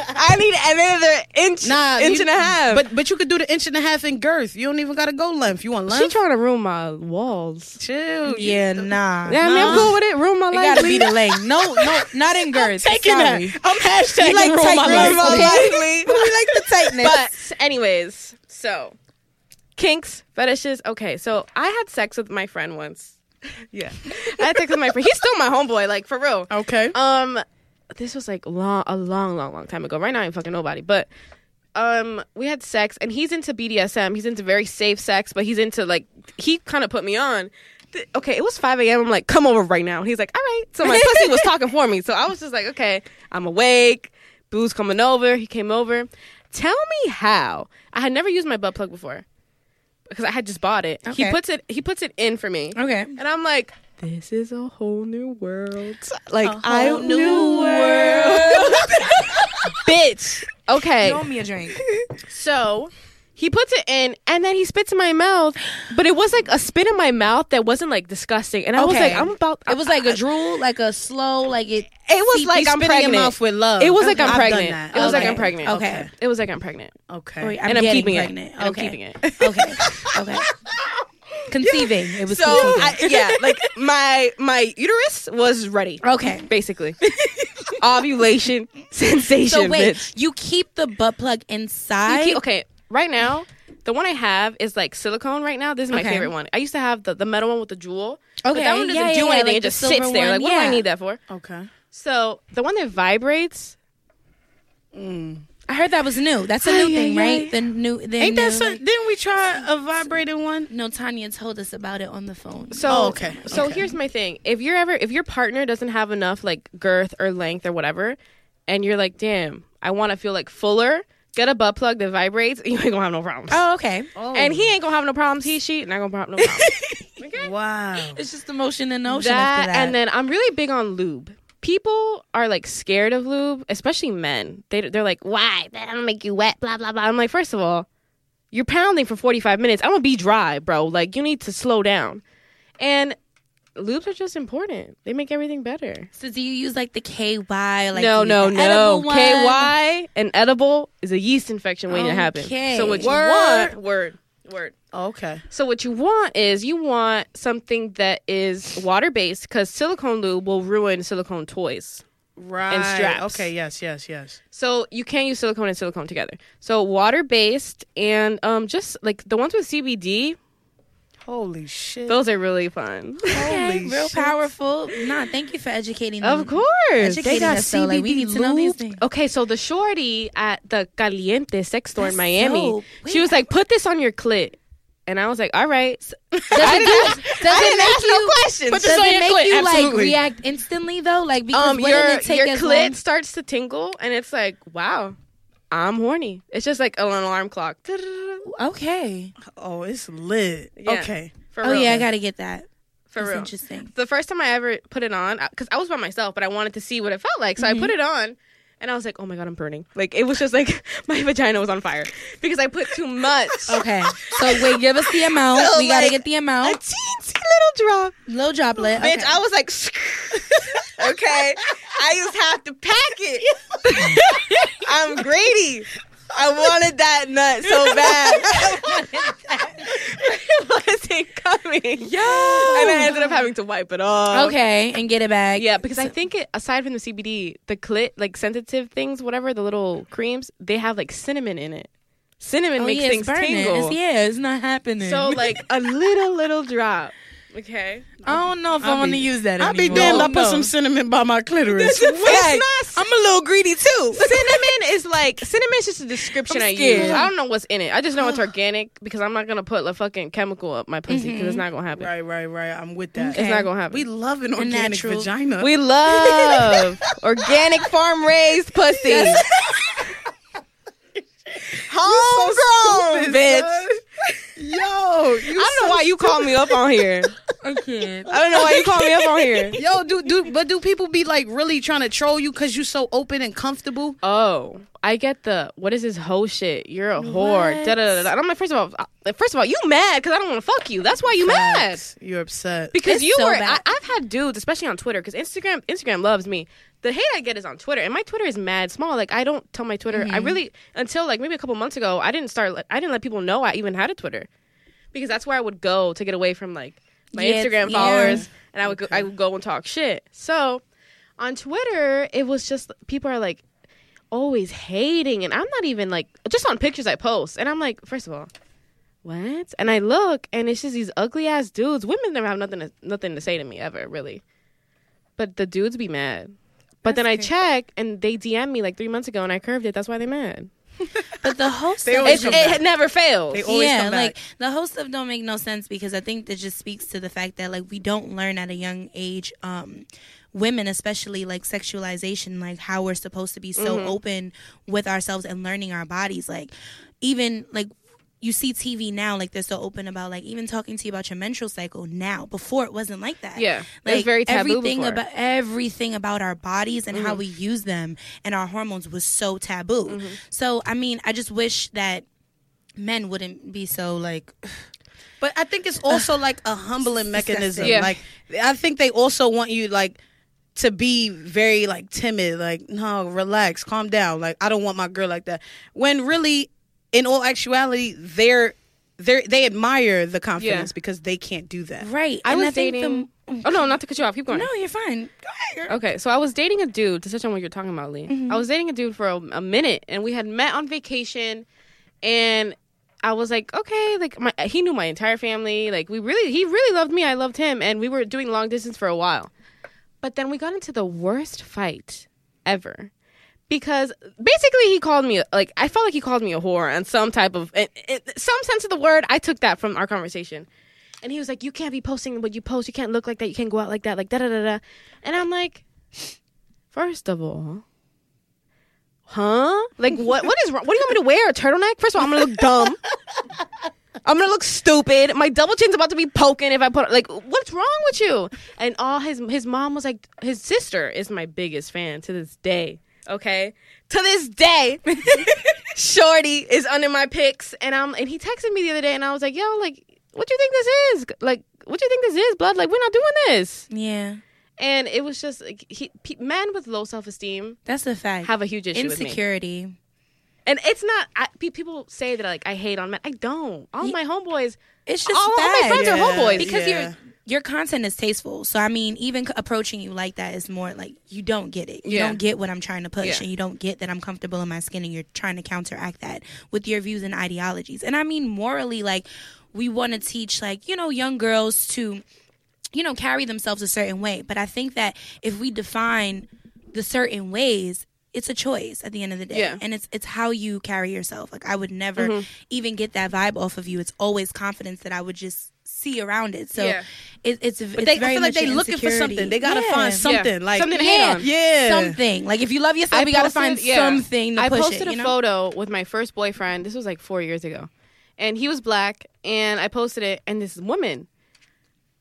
Speaker 3: I need another inch,
Speaker 1: Nah,
Speaker 3: inch
Speaker 1: you-
Speaker 3: and a half.
Speaker 1: But but you could do the inch and a half in girth. You don't even gotta go length. You want
Speaker 3: she
Speaker 1: length?
Speaker 3: trying to ruin my walls.
Speaker 1: Chill.
Speaker 2: yeah, nah.
Speaker 3: Yeah, I mean, I'm
Speaker 1: Nah.
Speaker 3: cool with it. Ruin my
Speaker 2: It
Speaker 3: life.
Speaker 2: gotta be
Speaker 3: Lee.
Speaker 2: the length. No, no, not in girth.
Speaker 1: Taking that.
Speaker 2: Sorry.
Speaker 1: I'm hashtagging
Speaker 2: You like
Speaker 1: ruin my life.
Speaker 2: tight
Speaker 3: Ruin my
Speaker 2: Lee.
Speaker 3: life, Lee.
Speaker 2: We like the tightness.
Speaker 3: But anyways, so kinks, fetishes. Okay, so I had sex with my friend once.
Speaker 1: Yeah.
Speaker 3: I had sex with my friend. He's still my homeboy, like for real.
Speaker 1: Okay.
Speaker 3: Um, this was like long, a long, long, long time ago. Right now, I ain't fucking nobody. But um, we had sex, and he's into BDSM. He's into very safe sex, but he's into like he kind of put me on. Th- Okay, it was 5 a.m. I'm like, come over right now. And he's like, all right. So my pussy was talking for me. So I was just like, okay, I'm awake. Boo's coming over. He came over. Tell me how. I had never used my butt plug before because I had just bought it. He
Speaker 2: Okay.
Speaker 3: puts it. He puts it in for me.
Speaker 2: okay.
Speaker 3: And I'm like, this is a whole new world. Like
Speaker 2: A
Speaker 3: I
Speaker 2: whole new
Speaker 3: world. Bitch. Okay.
Speaker 2: Throw me a drink.
Speaker 3: So he puts it in and then he spits in my mouth. But it was like a spit in my mouth that wasn't like disgusting. And I was
Speaker 2: Okay.
Speaker 3: like, I'm about
Speaker 2: It was like a drool, like a slow, like it.
Speaker 3: it was
Speaker 2: See,
Speaker 3: like
Speaker 2: you
Speaker 3: I'm
Speaker 1: Spit in your
Speaker 3: pregnant.
Speaker 1: mouth with love.
Speaker 3: It was like I'm
Speaker 1: I've done
Speaker 3: pregnant.
Speaker 1: that.
Speaker 3: It was like
Speaker 2: Okay.
Speaker 3: I'm pregnant.
Speaker 2: Okay.
Speaker 3: It was like I'm pregnant.
Speaker 1: Okay.
Speaker 2: Wait,
Speaker 1: Okay.
Speaker 2: I'm
Speaker 3: and I'm
Speaker 2: getting
Speaker 3: keeping
Speaker 2: pregnant.
Speaker 3: it. And I'm
Speaker 2: okay.
Speaker 3: keeping it.
Speaker 2: Okay. Okay. Conceiving. It was
Speaker 3: So
Speaker 2: conceiving.
Speaker 3: I, yeah, like my my uterus was ready.
Speaker 2: okay.
Speaker 3: Basically. Ovulation sensation.
Speaker 2: So wait,
Speaker 3: bitch.
Speaker 2: you keep the butt plug
Speaker 3: You
Speaker 2: inside?
Speaker 3: keep- okay, right now, the one I have is like silicone right now. This is my
Speaker 2: Okay.
Speaker 3: favorite one. I used to have the, the metal one with the jewel. But
Speaker 2: Okay,
Speaker 3: that one doesn't
Speaker 2: yeah,
Speaker 3: do
Speaker 2: yeah, yeah,
Speaker 3: anything.
Speaker 2: like
Speaker 3: it
Speaker 2: the
Speaker 3: just sits
Speaker 2: silver one,
Speaker 3: there. Like, what do
Speaker 2: yeah.
Speaker 3: I need that for?
Speaker 1: Okay.
Speaker 3: So, the one that vibrates,
Speaker 2: I heard that was new. That's a new
Speaker 3: Ay,
Speaker 2: thing,
Speaker 3: ay,
Speaker 2: right?
Speaker 3: ay.
Speaker 2: The new. The
Speaker 1: Ain't
Speaker 2: new,
Speaker 1: that so?
Speaker 2: like-
Speaker 1: Didn't we try a vibrating one?
Speaker 2: no, Tanya told us about it on the phone.
Speaker 3: So
Speaker 1: Oh, okay.
Speaker 3: So
Speaker 1: Okay.
Speaker 3: here's my thing: if you're ever if your partner doesn't have enough like girth or length or whatever, and you're like, damn, I want to feel like fuller, get a butt plug that vibrates. You ain't gonna have no problems.
Speaker 2: Oh, okay.
Speaker 3: And he ain't gonna have no problems. He she not gonna have no problems.
Speaker 1: Wow.
Speaker 2: It's just emotion and ocean
Speaker 3: that,
Speaker 2: after that.
Speaker 3: and then I'm really big on lube. People are like scared of lube, especially men. They they're like, why? That'll make you wet. Blah blah blah. I'm like, first of all, you're pounding for 45 minutes. I'm gonna be dry, bro. Like you need to slow down. And lubes are just important. They make everything better.
Speaker 2: so do you use like the KY? Like do
Speaker 3: no
Speaker 2: you
Speaker 3: no
Speaker 2: use the edible
Speaker 3: no.
Speaker 2: one?
Speaker 3: KY and edible is a yeast infection waiting to
Speaker 2: Okay.
Speaker 3: happen. So what you
Speaker 1: Word.
Speaker 3: want? Word word.
Speaker 1: Okay.
Speaker 3: So what you want is you want something that is water based because silicone lube will ruin silicone toys.
Speaker 1: Right.
Speaker 3: straps.
Speaker 1: Okay. Yes. Yes. Yes.
Speaker 3: So you can't use silicone and silicone together. So water based and um just like the ones with CBD,
Speaker 1: Holy shit.
Speaker 3: those are really fun.
Speaker 2: Okay,
Speaker 1: Holy
Speaker 2: real
Speaker 1: shit.
Speaker 2: powerful. Nah, thank you for educating.
Speaker 3: of
Speaker 2: them.
Speaker 3: course,
Speaker 2: Educating us, though, like, we need to know these
Speaker 3: lube.
Speaker 2: things.
Speaker 3: Okay, so the shorty at the Caliente sex store
Speaker 2: That's
Speaker 3: in Miami,
Speaker 2: dope. Wait,
Speaker 3: she was like, "Put this on your clit," and I was like, "All right."
Speaker 2: Does it, does, does
Speaker 3: didn't
Speaker 2: it make
Speaker 3: ask no
Speaker 2: you
Speaker 3: questions. Put this
Speaker 2: Does
Speaker 3: on
Speaker 2: it
Speaker 3: your
Speaker 2: make
Speaker 3: clit,
Speaker 2: you like
Speaker 1: absolutely.
Speaker 2: react instantly though? Like because
Speaker 3: um,
Speaker 2: wouldn't
Speaker 3: your
Speaker 2: it take
Speaker 3: your
Speaker 2: as
Speaker 3: clit
Speaker 2: long?
Speaker 3: starts to tingle, and it's like, wow, I'm horny. It's just like an alarm clock.
Speaker 2: Okay.
Speaker 1: Oh, it's lit.
Speaker 3: Yeah.
Speaker 1: Okay.
Speaker 3: For
Speaker 2: oh
Speaker 3: real.
Speaker 2: yeah, I gotta get that.
Speaker 3: for
Speaker 2: That's
Speaker 3: real.
Speaker 2: interesting.
Speaker 3: The first time I ever put it on, because I was by myself, but I wanted to see what it felt like,
Speaker 2: Mm-hmm.
Speaker 3: so I put it on. And I was like, "Oh my god, I'm burning!" Like it was just like my vagina was on fire because I put too much.
Speaker 2: Okay. So wait, give us the amount.
Speaker 3: So,
Speaker 2: we gotta
Speaker 3: like,
Speaker 2: get the
Speaker 3: A
Speaker 2: amount.
Speaker 3: teensy little drop,
Speaker 2: Little droplet.
Speaker 3: bitch.
Speaker 2: okay.
Speaker 3: I was like, "Okay, I just have to pack it." I'm greedy. I wanted that nut so bad. it wasn't coming.
Speaker 2: Yo.
Speaker 3: And I ended up having to wipe it off.
Speaker 2: Okay, and get it back.
Speaker 3: Yeah, because I think it, aside from the CBD, the clit, like sensitive things, whatever, the little creams, they have like cinnamon in it. Cinnamon
Speaker 2: Oh,
Speaker 3: makes
Speaker 2: yeah,
Speaker 3: things
Speaker 2: it's burning.
Speaker 3: tingle.
Speaker 2: It's, yeah, it's not happening.
Speaker 3: So like a little little drop. Mm. Okay.
Speaker 2: I don't know if I want to use that.
Speaker 1: I'll be
Speaker 2: anymore.
Speaker 1: damned. I
Speaker 3: No.
Speaker 1: put some cinnamon by my clitoris.
Speaker 3: It's not
Speaker 2: I'm a little greedy too.
Speaker 3: cinnamon is like cinnamon is just a description
Speaker 1: I'm
Speaker 3: I
Speaker 1: scared.
Speaker 3: use. I don't know what's in it. I just know it's organic because I'm not gonna put a fucking chemical up my pussy because it's not gonna happen.
Speaker 1: Right, right, right. I'm with that.
Speaker 3: It's not gonna happen.
Speaker 1: We love an organic
Speaker 2: natural.
Speaker 1: vagina.
Speaker 3: We love organic farm raised pussy. Homegrown, bitch.
Speaker 1: Yo, you
Speaker 3: I don't know why you call me up on here.
Speaker 2: I can't.
Speaker 3: I don't know why you call me up on here.
Speaker 1: Yo, do do but do people be like really trying to troll you because you so open and comfortable?
Speaker 3: Oh, I get the what is this hoe shit? You're a whore. Da, da, da, da. And I'm like, first of all, uh, first of all, you mad because I don't want to fuck you. That's why you mad.
Speaker 1: Facts. You're upset.
Speaker 3: Because
Speaker 2: It's
Speaker 3: you
Speaker 2: so
Speaker 3: were,
Speaker 2: bad.
Speaker 3: I, I've had dudes, especially on Twitter, because Instagram, Instagram loves me. The hate I get is on Twitter, and my Twitter is mad small. Like I don't tell my Twitter. I
Speaker 2: Mm-hmm.
Speaker 3: really until like maybe a couple months ago, I didn't start. I didn't let people know I even had a Twitter, because that's where I would go to get away from like my
Speaker 2: Yeah,
Speaker 3: Instagram
Speaker 2: yeah.
Speaker 3: followers, and I would go, I would go and talk shit. So on Twitter, it was just people are like always hating, and I'm not even like just on pictures I post, and I'm like, first of all, what? And I look, and it's just these ugly ass dudes. Women never have nothing to, nothing to say to me ever, really. But the dudes be mad. But then I check, and they DM me like three months ago, and I curved it. That's why they mad.
Speaker 2: But the whole
Speaker 1: They
Speaker 2: stuff-
Speaker 1: always
Speaker 3: It,
Speaker 1: come
Speaker 3: it
Speaker 1: back.
Speaker 3: never fails.
Speaker 1: They always
Speaker 2: yeah,
Speaker 1: come
Speaker 2: like
Speaker 1: back.
Speaker 2: the whole stuff don't make no sense because I think that just speaks to the fact that like we don't learn at a young age, um, women especially like sexualization, like how we're supposed to be so
Speaker 1: Mm-hmm.
Speaker 2: open with ourselves and learning our bodies. Like even like you see TV now, like they're so open about like even talking to you about your menstrual cycle now. Before it wasn't like that.
Speaker 3: Yeah, it
Speaker 2: like
Speaker 3: was very taboo
Speaker 2: everything
Speaker 3: before. Mm-hmm.
Speaker 2: about everything about our bodies and how we use them and our hormones was so taboo. So I mean, I just wish that men wouldn't be so like
Speaker 1: But I think it's also like a humbling mechanism.
Speaker 3: Yeah.
Speaker 1: Like I think they also want you like to be very like timid, like, no, relax, calm down. Like I don't want my girl like that. When really in all actuality, they're they are they admire the confidence because they can't do that.
Speaker 2: right.
Speaker 3: I
Speaker 2: and
Speaker 3: was
Speaker 2: I think
Speaker 3: dating.
Speaker 2: the-
Speaker 3: oh no, not to cut you off. Keep going.
Speaker 2: no, you're fine. Go ahead. girl.
Speaker 3: Okay, so I was dating a dude. To touch on what you're talking about, Lee, I was dating a dude for a, a minute, and we had met on vacation, and I was like, okay, like my he knew my entire family. Like we really, he really loved me. I loved him, and we were doing long distance for a while. But then we got into the worst fight ever. Because basically, he called me like I felt like he called me a whore on some type of in, in some sense of the word. I took that from our conversation, and he was like, "You can't be posting what you post. You can't look like that. You can't go out like that. Like da da da da." And I'm like, First of all, huh? Like what? What is wrong? What do you want me to wear? A turtleneck? First of all, I'm gonna look dumb. I'm gonna look stupid. My double chin's about to be poking if I put like, what's wrong with you? And all his his mom was like, his sister is my biggest fan to this day. Okay, to this day, Shorty is under my pics, and I'm and he texted me the other day, and I was like, yo, like, what do you think this is? Like, what do you think this is, blood? Like, we're not doing this.
Speaker 2: Yeah.
Speaker 3: And it was just like, he, pe- men with low self esteem
Speaker 2: That's a fact.
Speaker 3: have a huge issue with me.
Speaker 2: Insecurity.
Speaker 3: And it's not I, pe- people say that like I hate on men. I don't. All my homeboys.
Speaker 2: It's just
Speaker 3: all, Oh, all my
Speaker 2: facts.
Speaker 3: friends are
Speaker 1: Yeah.
Speaker 3: homeboys.
Speaker 2: because
Speaker 1: Yeah.
Speaker 2: your your content is tasteful. So I mean, even c- approaching you like that is more like you don't get it. You
Speaker 3: Yeah.
Speaker 2: don't get what I'm trying to push,
Speaker 3: Yeah.
Speaker 2: and you don't get that I'm comfortable in my skin, and you're trying to counteract that with your views and ideologies. And I mean, morally, like we want to teach, like you know, young girls to you know, carry themselves a certain way. But I think that if we define the certain ways, it's a choice at the end of the day.
Speaker 3: Yeah.
Speaker 2: And it's it's how you carry yourself. Like I would never
Speaker 1: Mm-hmm.
Speaker 2: even get that vibe off of you. It's always confidence that I would just see around it. So
Speaker 3: Yeah.
Speaker 2: it, it's, it's
Speaker 1: But they,
Speaker 2: very
Speaker 1: I feel like
Speaker 2: much
Speaker 1: they
Speaker 2: an
Speaker 1: looking for something.
Speaker 2: insecurity.
Speaker 1: They gotta
Speaker 2: Yeah.
Speaker 1: find
Speaker 3: Yeah.
Speaker 1: something. Like
Speaker 3: something to hate
Speaker 2: yeah.
Speaker 3: on.
Speaker 1: Yeah.
Speaker 2: Something. Like if you love yourself, you gotta find
Speaker 3: posted- yeah.
Speaker 2: something to
Speaker 3: I
Speaker 2: push
Speaker 3: posted
Speaker 2: it.
Speaker 3: a
Speaker 2: you know?
Speaker 3: photo with my first boyfriend. This was like four years ago, and he was black. And I posted it, and this woman,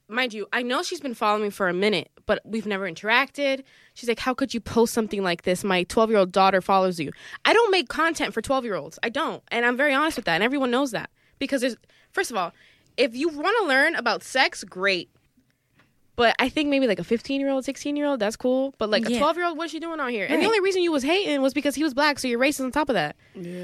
Speaker 3: mind you, I know she's been following me for a minute, but we've never interacted. She's like, "How could you post something like this? My twelve-year-old daughter follows you." I don't make content for twelve-year-olds. I don't, and I'm very honest with that, and everyone knows that because there's first of all, if you want to learn about sex, great. But I think maybe like a 15 year old, 16 year old, that's cool. But like a
Speaker 2: Yeah.
Speaker 3: 12 year old, what's she doing out here? And
Speaker 2: Right.
Speaker 3: the only reason you was hating was because he was black, so you're racist on top of that.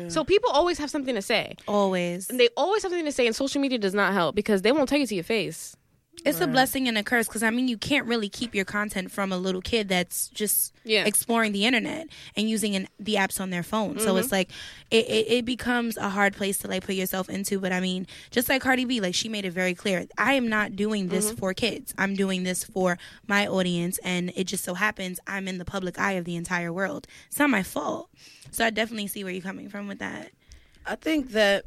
Speaker 3: So people always have something to say.
Speaker 2: Always.
Speaker 3: And they always have something to say, and social media does not help because they won't tell you to your face.
Speaker 2: It's a blessing and a curse because I mean you can't really keep your content from a little kid that's just
Speaker 3: Yeah.
Speaker 2: exploring the internet and using an, the apps on their phone. So it's like it, it, it becomes a hard place to like put yourself into. But I mean, just like Cardi B, like she made it very clear, I am not doing this for kids. I'm doing this for my audience, and it just so happens I'm in the public eye of the entire world. It's not my fault. So I definitely see where you're coming from with that.
Speaker 1: I think that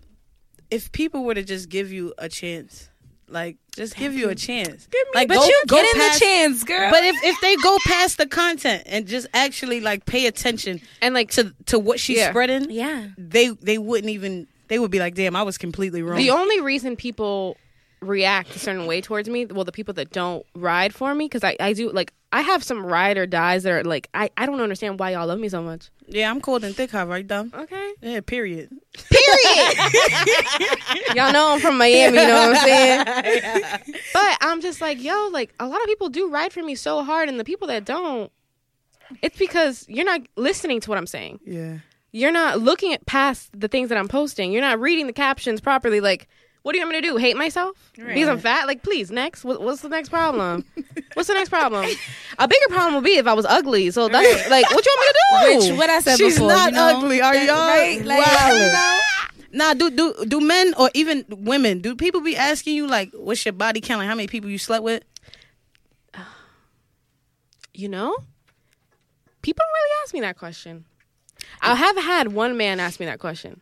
Speaker 1: if people were to just give you a chance, like just give you a chance. Give me, like,
Speaker 2: but
Speaker 1: go-
Speaker 2: you
Speaker 1: go
Speaker 2: getting
Speaker 1: past-
Speaker 2: the chance, girl.
Speaker 1: But if, if they go past the content and just actually like pay attention
Speaker 3: And like
Speaker 1: to to what she's
Speaker 3: Yeah.
Speaker 1: spreading,
Speaker 2: yeah,
Speaker 1: they they wouldn't even they would be like, damn, I was completely wrong.
Speaker 3: the only reason people react a certain way towards me, well, the people that don't ride for me, because I, I do like I have some ride or dies that are like I, I don't understand why y'all love me so much.
Speaker 1: yeah, I'm cold and thick, Harvard. Are you dumb?
Speaker 3: Okay,
Speaker 1: Yeah, period.
Speaker 3: y'all know I'm from Miami, you know what I'm saying? But I'm just like, yo, like a lot of people do ride for me so hard, and the people that don't, it's because you're not listening to what I'm saying.
Speaker 1: Yeah.
Speaker 3: You're not looking at past the things that I'm posting. You're not reading the captions properly. Like, what do you want me to do? Hate myself because I'm fat? Like, please, next. What, what's the next problem? what's the next problem? A bigger problem would be if I was ugly. So that's like, what you want me to do?
Speaker 2: Which what I said
Speaker 1: She's
Speaker 2: before,
Speaker 1: not
Speaker 2: you know?
Speaker 1: ugly. Are
Speaker 2: That-
Speaker 1: y'all
Speaker 2: right? Like,
Speaker 1: wildin'?
Speaker 2: you know?
Speaker 1: Nah, do do do men or even women? Do people be asking you like, what's your body count? Like, how many people you slept with?
Speaker 3: you know, people don't really ask me that question. I have had one man ask me that question,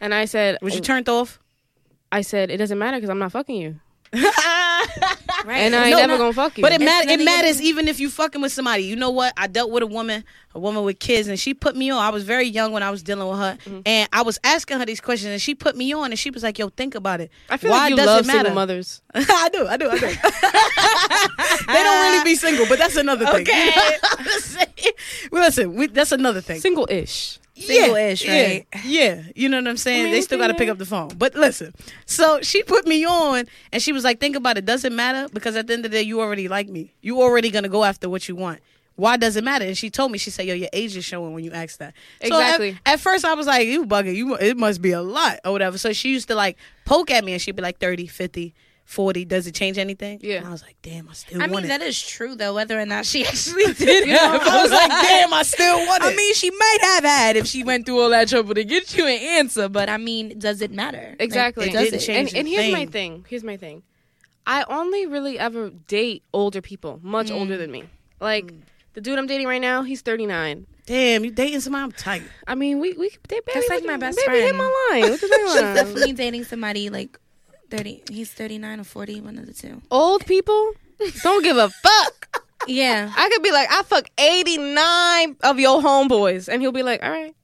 Speaker 3: and I said,
Speaker 1: Was you turned off?
Speaker 3: I said it doesn't matter because I'm not fucking you,
Speaker 2: Right.
Speaker 3: and I ain't
Speaker 1: No,
Speaker 3: never
Speaker 1: no.
Speaker 3: gonna fuck you.
Speaker 1: But it, mat-
Speaker 2: none
Speaker 1: it
Speaker 2: of your
Speaker 1: matters even if you fucking with somebody. You know what? I dealt with a woman, a woman with kids, and she put me on. I was very young when I was dealing with her, and I was asking her these questions, and she put me on, and she was like, "Yo, think about it.
Speaker 3: I feel
Speaker 1: Why
Speaker 3: like you
Speaker 1: does
Speaker 3: love
Speaker 1: it matter?"
Speaker 3: single mothers.
Speaker 1: I do, I do, I do. they don't really be single, but that's another thing. You know what I'm saying? Well, Listen, we, that's another thing.
Speaker 3: Single-ish.
Speaker 2: Single-ish,
Speaker 1: yeah,
Speaker 2: right?
Speaker 1: Yeah, you know what I'm saying.
Speaker 3: I mean,
Speaker 1: they still got to
Speaker 3: yeah.
Speaker 1: pick up the phone. But listen, so she put me on, and she was like, "Think about it. Does it matter? Because at the end of the day, you already like me. You already gonna go after what you want." Why does it matter? And she told me, she said, "Yo, your age is showing when you ask that." So at-
Speaker 3: Exactly.
Speaker 1: at, first, I was like, "You bugging? You? It must be a lot or whatever." So she used to like poke at me, and she'd be like, 30, 50, 40. Does it change anything?"
Speaker 3: Yeah.
Speaker 1: And I was like, "Damn, I still
Speaker 2: I
Speaker 1: want
Speaker 2: mean,
Speaker 1: it."
Speaker 2: that is true though, whether or not she actually did.
Speaker 1: I was like, "Damn, I still want it."
Speaker 2: I mean, she might have had if she went through all that trouble to get you an answer, but I mean, does it matter?
Speaker 3: Exactly.
Speaker 2: Like, it
Speaker 1: didn't
Speaker 2: does
Speaker 1: change.
Speaker 2: it.
Speaker 3: and,
Speaker 1: the
Speaker 3: and here's my
Speaker 1: thing.
Speaker 3: thing. Here's my thing. I only really ever date older people, much
Speaker 1: Mm.
Speaker 3: older than me. Like the dude I'm dating right now, he's 39.
Speaker 1: damn, you dating somebody? I'm tight.
Speaker 3: I mean, we we they baby,
Speaker 2: That's like
Speaker 3: what
Speaker 2: my
Speaker 3: you-
Speaker 2: best
Speaker 3: baby, Hit
Speaker 2: friend.
Speaker 3: my line. What you talking about?
Speaker 2: Definitely dating somebody like thirty. He's thirty nine or forty, one of the two.
Speaker 3: Old people don't give a fuck.
Speaker 2: Yeah.
Speaker 3: I could be like, I fuck 89 of your homeboys, and he'll be like, all right.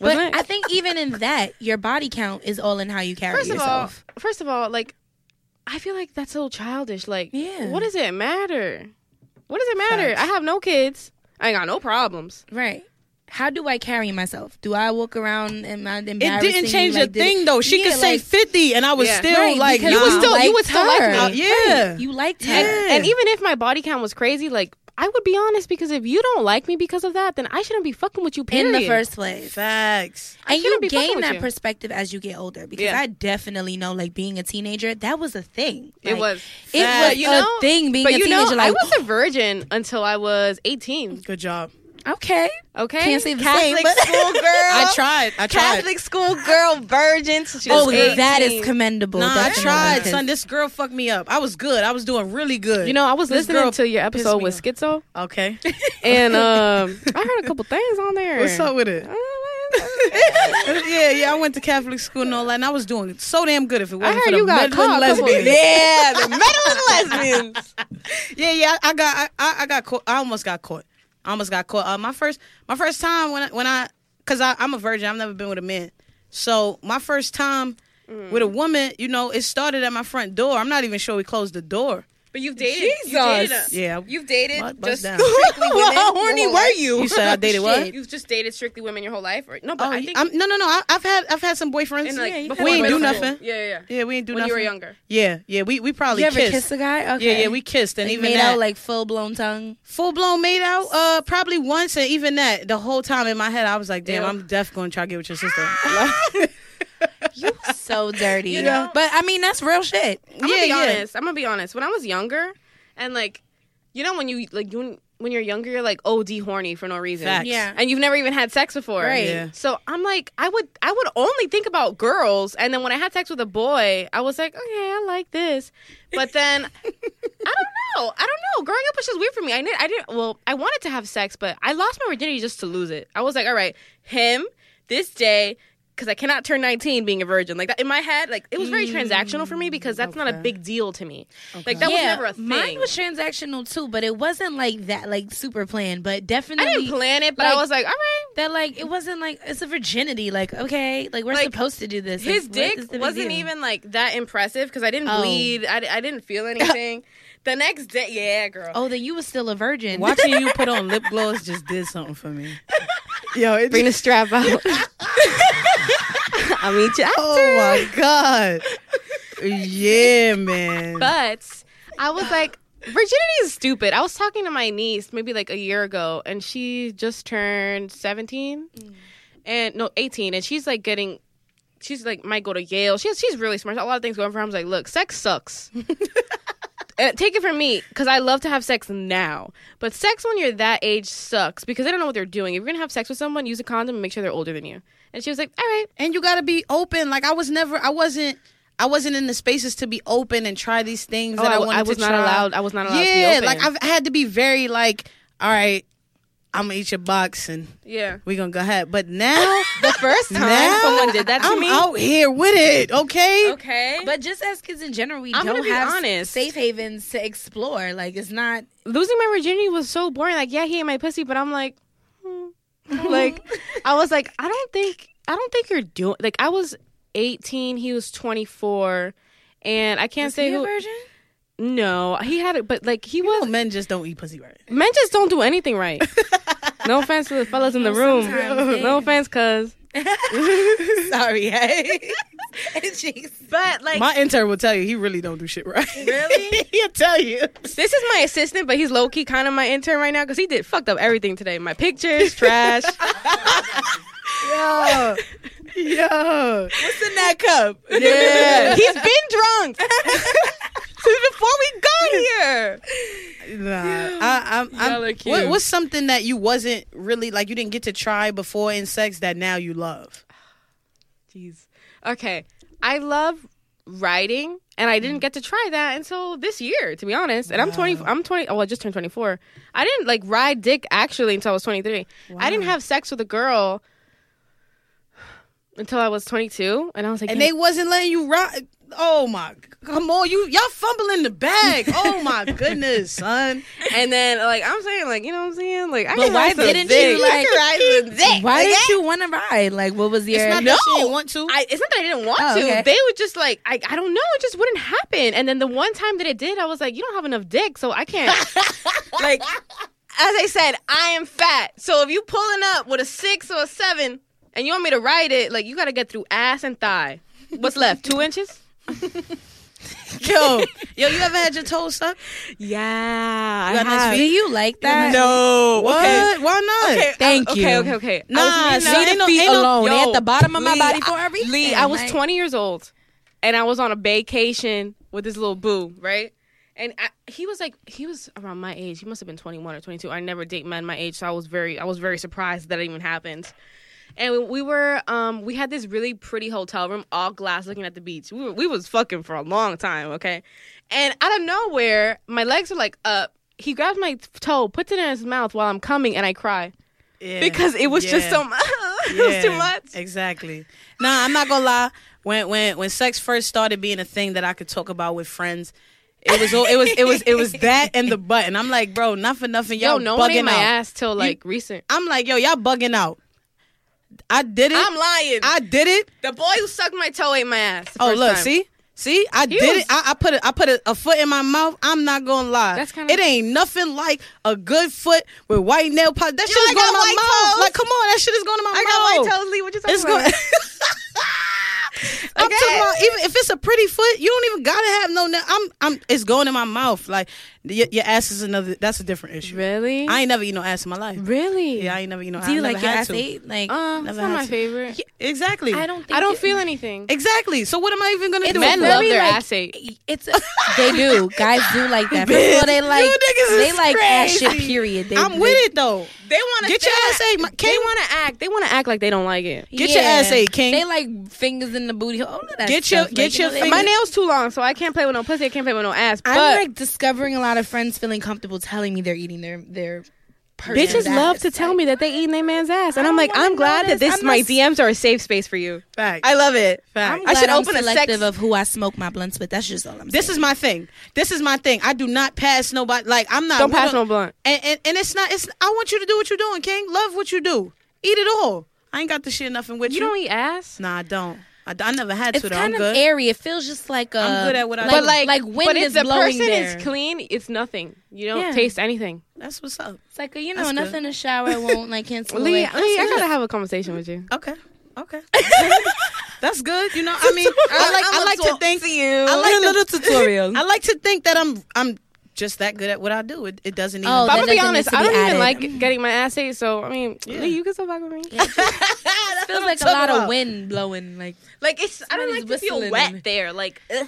Speaker 2: But
Speaker 3: Wasn't it?
Speaker 2: I think even in that, your body count is all in how you carry
Speaker 3: First of all,
Speaker 2: yourself.
Speaker 3: first of all, like, I feel like that's a little childish. Like,
Speaker 2: Yeah.
Speaker 3: what does it matter? What does it matter?
Speaker 1: Facts.
Speaker 3: I have no kids. I ain't got no problems.
Speaker 2: right. How do I carry myself? Do I walk around and I
Speaker 1: It didn't change a
Speaker 2: like, did-
Speaker 1: thing though. She
Speaker 2: Yeah,
Speaker 1: could say
Speaker 2: like-
Speaker 1: fifty, and I was
Speaker 3: Yeah.
Speaker 1: still
Speaker 2: Right,
Speaker 1: like,
Speaker 2: because
Speaker 3: you was
Speaker 1: nah.
Speaker 3: still- you
Speaker 2: liked
Speaker 3: was still like
Speaker 2: her.
Speaker 3: me.
Speaker 1: Uh, yeah.
Speaker 2: You liked her.
Speaker 3: And,
Speaker 1: Yeah.
Speaker 3: and even if my body count was crazy, like, I would be honest because if you don't like me because of that, then I shouldn't be fucking with you. Period.
Speaker 2: in the first place.
Speaker 1: facts.
Speaker 2: and you
Speaker 3: shouldn't be fucking
Speaker 2: gain
Speaker 3: with
Speaker 2: that
Speaker 3: you.
Speaker 2: perspective as you get older because
Speaker 3: Yeah.
Speaker 2: I definitely know like being a teenager that was a thing.
Speaker 3: It
Speaker 2: Like,
Speaker 3: was.
Speaker 2: It
Speaker 1: But
Speaker 2: was
Speaker 1: you
Speaker 2: a
Speaker 3: know-
Speaker 2: thing being
Speaker 3: but
Speaker 2: a
Speaker 3: you
Speaker 2: teenager.
Speaker 3: know, I
Speaker 2: like
Speaker 3: was a virgin until I was 18.
Speaker 1: Good job.
Speaker 2: okay,
Speaker 3: Okay,
Speaker 2: can't say the
Speaker 3: Catholic
Speaker 2: same. But
Speaker 3: school girl.
Speaker 1: I tried. I tried.
Speaker 3: Catholic school girl virgin. She was
Speaker 2: oh, that
Speaker 3: 18.
Speaker 2: is commendable.
Speaker 1: Nah, I
Speaker 2: definitely,
Speaker 1: tried,
Speaker 2: because-
Speaker 1: son. This girl fucked me up. I was good. I was doing really good.
Speaker 3: You know, I was
Speaker 1: This
Speaker 3: listening
Speaker 1: girl
Speaker 3: to your
Speaker 1: pissed
Speaker 3: episode
Speaker 1: me
Speaker 3: with Schizo,
Speaker 1: Okay.
Speaker 3: and um, I heard a couple things on there. Uh,
Speaker 1: What's up with it? yeah, yeah. I went to Catholic school and all that, and I was doing so damn good. If it
Speaker 3: I
Speaker 1: wasn't for
Speaker 3: heard
Speaker 1: the
Speaker 3: you got
Speaker 1: meddling
Speaker 3: caught.
Speaker 1: lesbian.
Speaker 3: Yeah, the meddling lesbians.
Speaker 1: Yeah, yeah. I I got I, I I got caught. I almost got caught. I almost got caught. Uh, my first my first time when I, when I because I I'm a virgin. I've never been with a man. So my first time with a
Speaker 3: Mm.
Speaker 1: woman, you know, it started at my front door. I'm not even sure we closed the door.
Speaker 3: But you've dated.
Speaker 2: Jesus.
Speaker 1: Yeah.
Speaker 3: You've dated
Speaker 1: Bust- bust down.
Speaker 2: Well, how horny were you?
Speaker 1: You said I dated what?
Speaker 3: You've just dated strictly women your whole life, or no?
Speaker 1: Oh,
Speaker 3: But I think
Speaker 1: I'm, no, no, no. I, I've had I've had some boyfriends.
Speaker 3: and, like,
Speaker 2: Yeah, you
Speaker 3: before
Speaker 1: we
Speaker 2: had
Speaker 1: ain't do
Speaker 2: boyfriends.
Speaker 1: nothing.
Speaker 3: Yeah, yeah. yeah.
Speaker 1: Yeah, we ain't do
Speaker 3: When
Speaker 1: nothing.
Speaker 3: you were younger.
Speaker 1: Yeah, yeah. We we probably
Speaker 2: You ever
Speaker 1: kissed.
Speaker 2: kissed a guy? Okay.
Speaker 1: Yeah, yeah. We kissed, and
Speaker 2: Like,
Speaker 1: even
Speaker 2: made
Speaker 1: that,
Speaker 2: out like full blown tongue.
Speaker 1: full blown made out uh probably once and even that the whole time in my head I was like damn
Speaker 3: Ew.
Speaker 1: I'm deaf gonna try to get with your sister
Speaker 2: You so dirty.
Speaker 3: You know?
Speaker 2: But I mean, that's real shit.
Speaker 3: I'm
Speaker 1: Yeah,
Speaker 3: gonna be
Speaker 1: yeah.
Speaker 3: honest. I'm gonna be honest. When I was younger, and like, you know, when you like you when you're younger, you're like OD horny for no reason.
Speaker 1: Facts.
Speaker 2: Yeah.
Speaker 3: And you've never even had sex before,
Speaker 2: Right.
Speaker 1: Yeah.
Speaker 3: So I'm like, I would, I would only think about girls, and then when I had sex with a boy, I was like, okay, I like this, but then I don't know, I don't know. Growing up was just weird for me. I did, I didn't. Well, I wanted to have sex, but I lost my virginity just to lose it. I was like, all right, him this day. Because I cannot turn 19 being a virgin. Like that in my head, like it was very transactional for me because that's not a
Speaker 1: okay.
Speaker 3: big deal to me. Like that was never a thing.
Speaker 2: Mine was transactional too, but it wasn't like that, like super planned. But
Speaker 3: I
Speaker 2: definitely,
Speaker 3: didn't plan it, but I
Speaker 2: like-
Speaker 3: was like, all right.
Speaker 2: that like it wasn't like it's a virginity. Like okay, like we're
Speaker 3: Like,
Speaker 2: supposed to do this.
Speaker 3: His
Speaker 2: Like, what is the
Speaker 3: dick
Speaker 2: big
Speaker 3: wasn't
Speaker 2: deal?
Speaker 3: even like that impressive because I didn't
Speaker 2: Oh.
Speaker 3: bleed. I, I didn't feel anything. the next day, yeah, girl.
Speaker 2: Oh, then you was still a virgin.
Speaker 1: Watching you put on lip gloss just did something for me. Yo, it
Speaker 3: the strap out. I'll meet you after.
Speaker 1: Oh my god. Yeah, man.
Speaker 3: But I was like, virginity is stupid. I was talking to my niece maybe like a year ago, and she just turned 17
Speaker 1: Mm.
Speaker 3: and no, 18. And she's like getting, she's like, might go to Yale. She's, she's really smart. A lot of things going for her. I was like, look, sex sucks. Uh, Take it from me, because I love to have sex now. But sex when you're that age sucks because they don't know what they're doing. If you're gonna have sex with someone, use a condom and make sure they're older than you. And she was like, "All right,
Speaker 1: and you gotta be open. Like I was never I wasn't I wasn't in the spaces to be open and try these things
Speaker 3: Oh,
Speaker 1: that I,
Speaker 3: I-
Speaker 1: wanted
Speaker 3: I was
Speaker 1: to
Speaker 3: not
Speaker 1: try.
Speaker 3: allowed- I was not allowed to be
Speaker 1: Yeah,
Speaker 3: open.
Speaker 1: like I've I had to be very like, all right, I'm gonna eat your box and
Speaker 3: yeah."
Speaker 1: we gonna go ahead. But now
Speaker 3: The first time
Speaker 1: now,
Speaker 3: someone did that to
Speaker 1: I'm
Speaker 3: me,
Speaker 1: out here with it, okay?
Speaker 3: okay,
Speaker 2: But just as kids in general, we
Speaker 3: I'm gonna
Speaker 2: don't
Speaker 3: be
Speaker 2: have
Speaker 3: honest.
Speaker 2: safe havens to explore. Like it's not
Speaker 3: losing my virginity was so boring. Like, yeah, he ate my pussy, but I'm like, hmm. like, I was like, I don't think, I don't think you're doing. Like, I was 18, he was 24, and I can't say who.
Speaker 2: virgin.
Speaker 3: No, he had it, but like he
Speaker 1: You know,
Speaker 3: was.
Speaker 1: men just don't eat pussy right.
Speaker 3: Men just don't do anything right. no offense to the fellas in the room.
Speaker 2: sometimes they-
Speaker 3: No offense, cause
Speaker 1: Sorry, hey.
Speaker 3: but like
Speaker 1: My intern will tell you he really don't do shit right.
Speaker 3: Really?
Speaker 1: He'll tell you.
Speaker 3: this is my assistant, but he's low key kind of my intern right now because he did fucked up everything today. My pictures, trash.
Speaker 1: Yo. Yo.
Speaker 2: What's in that cup?
Speaker 1: Yeah.
Speaker 3: he's been drunk since before we got here.
Speaker 1: Nah, I, I'm. I'm
Speaker 3: Y'all are cute.
Speaker 1: What, what's something that you wasn't really like? You didn't get to try before in sex that now you love.
Speaker 3: Jeez. Okay. I love writing and I didn't get to try that until this year, to be honest. And I'm 20 I'm 20 oh, I just turned 24. I didn't like ride dick actually until I was 23. I didn't have sex with a girl until I was 22 and I was like
Speaker 1: And they wasn't letting you ride. Oh my! Come on, you y'all fumbling the bag. Oh my goodness, son.
Speaker 3: and then like I'm saying like, you know what I'm saying? Like I
Speaker 2: But
Speaker 3: can
Speaker 2: why
Speaker 3: ride some
Speaker 2: didn't
Speaker 3: dick.
Speaker 2: you, like-
Speaker 3: I can ride some dick.
Speaker 2: Why
Speaker 3: Okay?
Speaker 2: didn't you want to ride? Like what was your?
Speaker 1: It's not that she didn't want to.
Speaker 3: I, it's not that I didn't want
Speaker 2: Oh,
Speaker 3: to.
Speaker 2: okay.
Speaker 3: They would just like I, I don't know. It just wouldn't happen. And then the one time that it did, I was like, you don't have enough dick, so I can't. like as I said, I am fat. So if you pulling up with a six or a seven, and you want me to ride it, like you got to get through ass and thigh. What's left? Two inches?
Speaker 1: yo, yo, you ever had your toes sucked?
Speaker 3: Yeah, I
Speaker 1: got nice
Speaker 2: Do you like that?
Speaker 1: No. What?
Speaker 3: Okay.
Speaker 1: Why not?
Speaker 3: Okay,
Speaker 2: Thank
Speaker 3: I-
Speaker 2: you.
Speaker 3: Okay, okay, okay. I was
Speaker 1: Nah, see,
Speaker 3: meaning that-
Speaker 1: ain't no- ain't no-
Speaker 2: They
Speaker 3: yo,
Speaker 2: bottom of
Speaker 1: Lee,
Speaker 2: for everything.
Speaker 3: Lee, I was
Speaker 2: Like,
Speaker 3: 20 years old, and I was on a vacation with this little boo, right? And I, he was like, he was around my age. He must have been 21 or 22. I never date men my age, so I was very, I was very surprised that it even happened. And we, we were, um, we had this really pretty hotel room, all glass, looking at the beach. We were, we was fucking for a long time, okay? And out of nowhere, my legs were like up. He grabs my toe, puts it in his mouth while I'm coming, and I cry
Speaker 1: Yeah.
Speaker 3: because it was just
Speaker 1: Yeah.
Speaker 3: so much. it was too much.
Speaker 1: Exactly. Nah, I'm not gonna lie. When when when sex first started being a thing that I could talk about with friends, it was all- it was it was it was that and the butt. And I'm like, bro, not for nothing,
Speaker 3: Yo,
Speaker 1: y'all
Speaker 3: no
Speaker 1: bugging
Speaker 3: one ate my
Speaker 1: out.
Speaker 3: ass till like recent.
Speaker 1: I'm like, yo, y'all bugging out. I did it.
Speaker 3: lying.
Speaker 1: I did it.
Speaker 3: the boy who sucked my toe ate my ass. the
Speaker 1: Oh
Speaker 3: first
Speaker 1: look,
Speaker 3: time.
Speaker 1: see. See, I did
Speaker 3: was-
Speaker 1: it. I, I put a, I put a, a foot in my mouth. I'm not gonna lie.
Speaker 3: That's kinda-
Speaker 1: it ain't nothing like a good foot with white nail polish. That shit
Speaker 3: I
Speaker 1: is going
Speaker 3: got
Speaker 1: to my
Speaker 3: white
Speaker 1: mouth.
Speaker 3: toes.
Speaker 1: Like, come on, that shit is going to my
Speaker 3: I
Speaker 1: mouth.
Speaker 3: got white toes, Lee. What you talking
Speaker 1: It's
Speaker 3: about?
Speaker 1: going. I'm talking about even if it's a pretty foot, you don't even gotta have no. na- I'm I'm. It's going in my mouth. Like your, your ass is another. That's a different issue.
Speaker 3: Really?
Speaker 1: I ain't never eat no ass in my life.
Speaker 3: really?
Speaker 1: Yeah, I ain't never eat no.
Speaker 2: Do you
Speaker 1: I never
Speaker 2: like your
Speaker 1: had
Speaker 2: ass
Speaker 1: to.
Speaker 2: ate? Like
Speaker 3: Um,
Speaker 1: Never
Speaker 3: it's not
Speaker 1: had
Speaker 3: my
Speaker 1: to.
Speaker 3: favorite.
Speaker 1: Yeah, exactly.
Speaker 2: I don't think
Speaker 3: I don't
Speaker 2: it-
Speaker 3: feel anything.
Speaker 1: Exactly. So what am I even gonna
Speaker 2: It's
Speaker 1: do?
Speaker 3: Men
Speaker 2: very,
Speaker 3: love their
Speaker 2: like-
Speaker 3: ass ate.
Speaker 2: It's they do. Guys do like that. First
Speaker 1: Bitch,
Speaker 2: of all, they
Speaker 1: you
Speaker 2: like
Speaker 1: niggas
Speaker 2: they
Speaker 1: is
Speaker 2: like ass shit.
Speaker 1: crazy.
Speaker 2: Period. They,
Speaker 1: I'm with it though.
Speaker 3: They want
Speaker 1: Get your ass ate. My,
Speaker 3: They
Speaker 1: King.
Speaker 3: want to act. They want to act like they don't like it.
Speaker 1: Get your ass ate, king.
Speaker 2: They like fingers in the booty hole. All of that
Speaker 1: Get your-
Speaker 2: stuff.
Speaker 1: get
Speaker 2: like, you
Speaker 1: your
Speaker 2: know, they-
Speaker 1: finger-
Speaker 3: My nails too long, so I can't play with no pussy. I can't play with no ass. But
Speaker 2: I'm like discovering a lot of friends feeling comfortable telling me they're eating their their. partner's
Speaker 3: bitches love
Speaker 2: ass.
Speaker 3: to tell me that they eating their man's ass, and I'm
Speaker 2: don't
Speaker 3: like,
Speaker 2: wanna
Speaker 3: I'm glad
Speaker 2: know
Speaker 3: that
Speaker 2: this.
Speaker 3: this
Speaker 2: I'm
Speaker 3: my
Speaker 2: not-
Speaker 3: DMs are a safe space for you.
Speaker 1: Fact.
Speaker 3: I love it.
Speaker 1: Fact.
Speaker 2: I'm
Speaker 3: I
Speaker 2: glad
Speaker 3: should
Speaker 2: I'm
Speaker 3: open a sex-
Speaker 2: selective of who I smoke my blunts with. That's just all I'm saying.
Speaker 1: this is my thing. This is my thing. I do not pass nobody. Like I'm not.
Speaker 3: Don't
Speaker 1: we
Speaker 3: pass no blunt.
Speaker 1: And, and and it's not. It's. I want you to do what you're doing, King. Love what you do. Eat it all. I ain't got the shit nothing with you.
Speaker 3: You don't eat ass.
Speaker 1: Nah, I don't. I, I never had
Speaker 2: It's
Speaker 1: to. Though.
Speaker 2: kind
Speaker 1: I'm
Speaker 2: of
Speaker 1: good.
Speaker 2: airy. It feels just like a.
Speaker 1: I'm good at what I
Speaker 2: like,
Speaker 1: do.
Speaker 2: Like, wind
Speaker 3: but if
Speaker 2: is
Speaker 3: the
Speaker 2: blowing
Speaker 3: person
Speaker 2: there.
Speaker 3: is clean, it's nothing. You don't
Speaker 2: Yeah.
Speaker 3: taste anything.
Speaker 1: That's what's up.
Speaker 2: It's like a, you know,
Speaker 1: That's good.
Speaker 2: nothing to shower won't like cancel.
Speaker 3: Lee, Lee,
Speaker 2: away.
Speaker 3: I gotta have a conversation with you.
Speaker 1: Okay. Okay. That's good. You know, I mean, I like I like to think
Speaker 3: you.
Speaker 1: I like
Speaker 2: Little
Speaker 1: to-
Speaker 2: tutorial.
Speaker 1: I like to think that I'm I'm just that good at what I do. It, it doesn't even.
Speaker 2: Oh,
Speaker 3: But I'm
Speaker 2: that
Speaker 3: gonna be
Speaker 2: doesn't need
Speaker 3: honest.
Speaker 2: to
Speaker 3: I
Speaker 2: be
Speaker 3: don't
Speaker 2: added.
Speaker 3: even like getting my ass ate. So I mean, Lee, you can still fuck with me.
Speaker 1: That
Speaker 2: feels like a lot of wind blowing. Like
Speaker 3: Like it's. I don't
Speaker 2: Somebody's
Speaker 3: like to feel
Speaker 2: whistling.
Speaker 3: wet there. Like, ugh.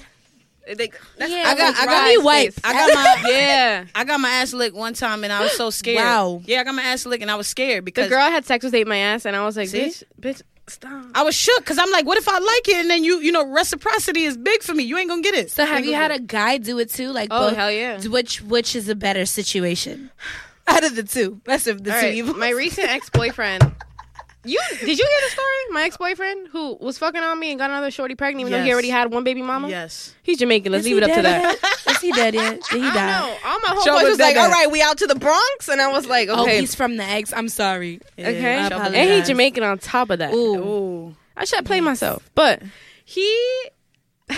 Speaker 3: Like, that's-
Speaker 2: Yeah,
Speaker 1: I got
Speaker 2: like
Speaker 1: I got
Speaker 2: dry
Speaker 1: me wiped.
Speaker 2: space.
Speaker 1: I got my
Speaker 3: yeah.
Speaker 1: I got my ass licked one time and I was so scared.
Speaker 2: Wow.
Speaker 1: Yeah, I got my ass licked and I was scared
Speaker 3: The
Speaker 1: because
Speaker 3: girl I had sex with ate my ass, and I was like,
Speaker 1: See?
Speaker 3: bitch, bitch, stop.
Speaker 1: I was shook because I'm like, what if I like it and then you you know reciprocity is big for me. You ain't gonna get it.
Speaker 2: so. Have you had a guy do it too? Like
Speaker 3: Oh
Speaker 2: both-
Speaker 3: hell yeah.
Speaker 2: Which which is a better situation? Out of the two, that's of the
Speaker 3: All
Speaker 2: two.
Speaker 3: right,
Speaker 2: you've-
Speaker 3: my recent ex boyfriend. You did you hear the story? My ex boyfriend who was fucking on me and got another shorty pregnant, even though he
Speaker 1: Yes.
Speaker 3: already had one baby mama.
Speaker 1: Yes.
Speaker 3: He's Jamaican. Let's
Speaker 2: Is he
Speaker 3: leave it up to
Speaker 2: dead
Speaker 3: that.
Speaker 2: yet? Is he dead yet? Did he
Speaker 3: I
Speaker 2: die?
Speaker 3: don't know. All my
Speaker 1: Show
Speaker 3: homeboys
Speaker 1: us
Speaker 3: was
Speaker 1: that
Speaker 3: like,
Speaker 1: back.
Speaker 3: "All right, we out to the Bronx," and I was like,
Speaker 2: Oh,
Speaker 3: "Okay,
Speaker 2: he's from the ex. I'm sorry.
Speaker 3: okay."
Speaker 1: Yeah,
Speaker 2: I
Speaker 1: shovel-
Speaker 3: and he
Speaker 2: apologize.
Speaker 3: Jamaican on top of that.
Speaker 2: Ooh.
Speaker 1: Ooh.
Speaker 3: I should play myself, but he.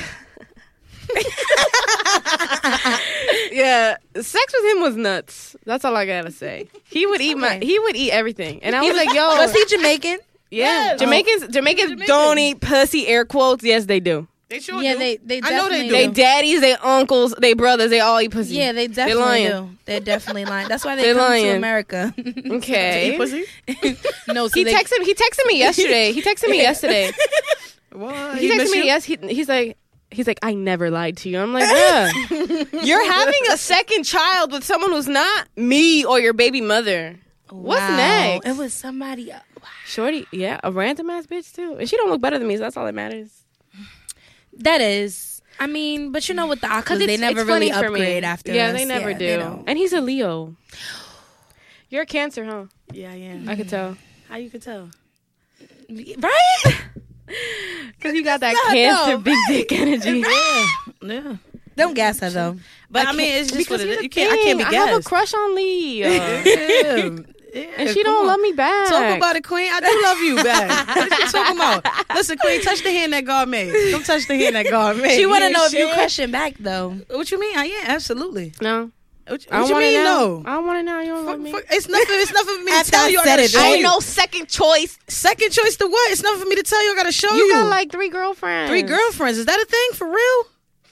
Speaker 3: yeah, sex with him was nuts. That's all I gotta say. He would eat my.
Speaker 2: Okay.
Speaker 3: He would eat everything, and I was like, "Yo,
Speaker 2: Was he Jamaican?
Speaker 3: yeah,
Speaker 1: Yes.
Speaker 3: Jamaicans, Jamaicans, don't eat pussy." Air quotes. Yes, they do.
Speaker 1: They sure
Speaker 2: Yeah,
Speaker 1: do.
Speaker 2: they- they
Speaker 1: I know they
Speaker 2: definitely
Speaker 1: do.
Speaker 3: They
Speaker 2: do.
Speaker 3: daddies, they uncles, they brothers, they all eat pussy.
Speaker 2: Yeah, they definitely
Speaker 3: lying.
Speaker 2: do. They're definitely lying. That's why they
Speaker 3: They're
Speaker 2: come
Speaker 3: lying.
Speaker 2: to America.
Speaker 1: They
Speaker 3: Okay.
Speaker 1: eat pussy?
Speaker 2: no, so
Speaker 3: He
Speaker 2: they,
Speaker 3: texted. He texted me yesterday. He texted me yesterday.
Speaker 1: What?
Speaker 3: He texted
Speaker 1: miss
Speaker 3: me.
Speaker 1: you?
Speaker 3: Yes, he, he's like, he's like, I never lied to you. I'm like, yeah, you're having a second child with someone who's not me or your baby mother. What's
Speaker 2: Wow.
Speaker 3: next?
Speaker 2: It was somebody. Wow.
Speaker 3: Shorty, yeah, a random ass bitch too, and she don't look better than me, so that's all that matters.
Speaker 2: That is. I mean, but you know what the Oculus, they never really
Speaker 3: funny for me.
Speaker 2: upgrade after
Speaker 3: Yeah,
Speaker 2: us.
Speaker 3: they never do.
Speaker 2: they don't.
Speaker 3: and he's a Leo. You're a Cancer, huh?
Speaker 1: Yeah, yeah.
Speaker 3: I could tell
Speaker 1: How you could tell?
Speaker 2: right?
Speaker 3: because you got that
Speaker 2: not
Speaker 3: Cancer
Speaker 2: though,
Speaker 3: big dick energy.
Speaker 1: Yeah. Yeah.
Speaker 2: Don't gas her though.
Speaker 1: But I, mean,
Speaker 3: can't-
Speaker 1: it's just what
Speaker 3: because
Speaker 1: it is.
Speaker 3: here's the
Speaker 1: You can't. I can't be
Speaker 3: thing, I have a
Speaker 1: gassed.
Speaker 3: crush on Leo.
Speaker 1: Yeah,
Speaker 3: And
Speaker 1: yeah,
Speaker 3: she
Speaker 1: come
Speaker 3: don't
Speaker 1: on.
Speaker 3: love me back.
Speaker 1: Talk about it, Queen. I do love you, back. what you talking about? Listen, Queen, touch the hand that God made. Don't touch the hand that God made.
Speaker 2: She want to
Speaker 1: ain't
Speaker 2: know if you
Speaker 1: shit.
Speaker 2: question back though.
Speaker 1: What you mean? I yeah, absolutely.
Speaker 3: No,
Speaker 1: What,
Speaker 3: I
Speaker 1: what
Speaker 3: don't
Speaker 1: you
Speaker 3: want
Speaker 1: mean?
Speaker 3: to
Speaker 1: No.
Speaker 3: know. I don't want to know. You don't love
Speaker 1: Fuck,
Speaker 3: me.
Speaker 1: fuck, it's nothing. It's nothing for me to
Speaker 2: After
Speaker 1: tell
Speaker 2: I
Speaker 1: you. I
Speaker 2: said
Speaker 1: gotta
Speaker 2: it,
Speaker 1: show
Speaker 2: I
Speaker 1: you.
Speaker 2: know.
Speaker 3: second choice.
Speaker 1: Second choice to what? It's nothing for me to tell you. I gotta show you.
Speaker 3: You got like three girlfriends.
Speaker 1: three girlfriends. Is that a thing for real?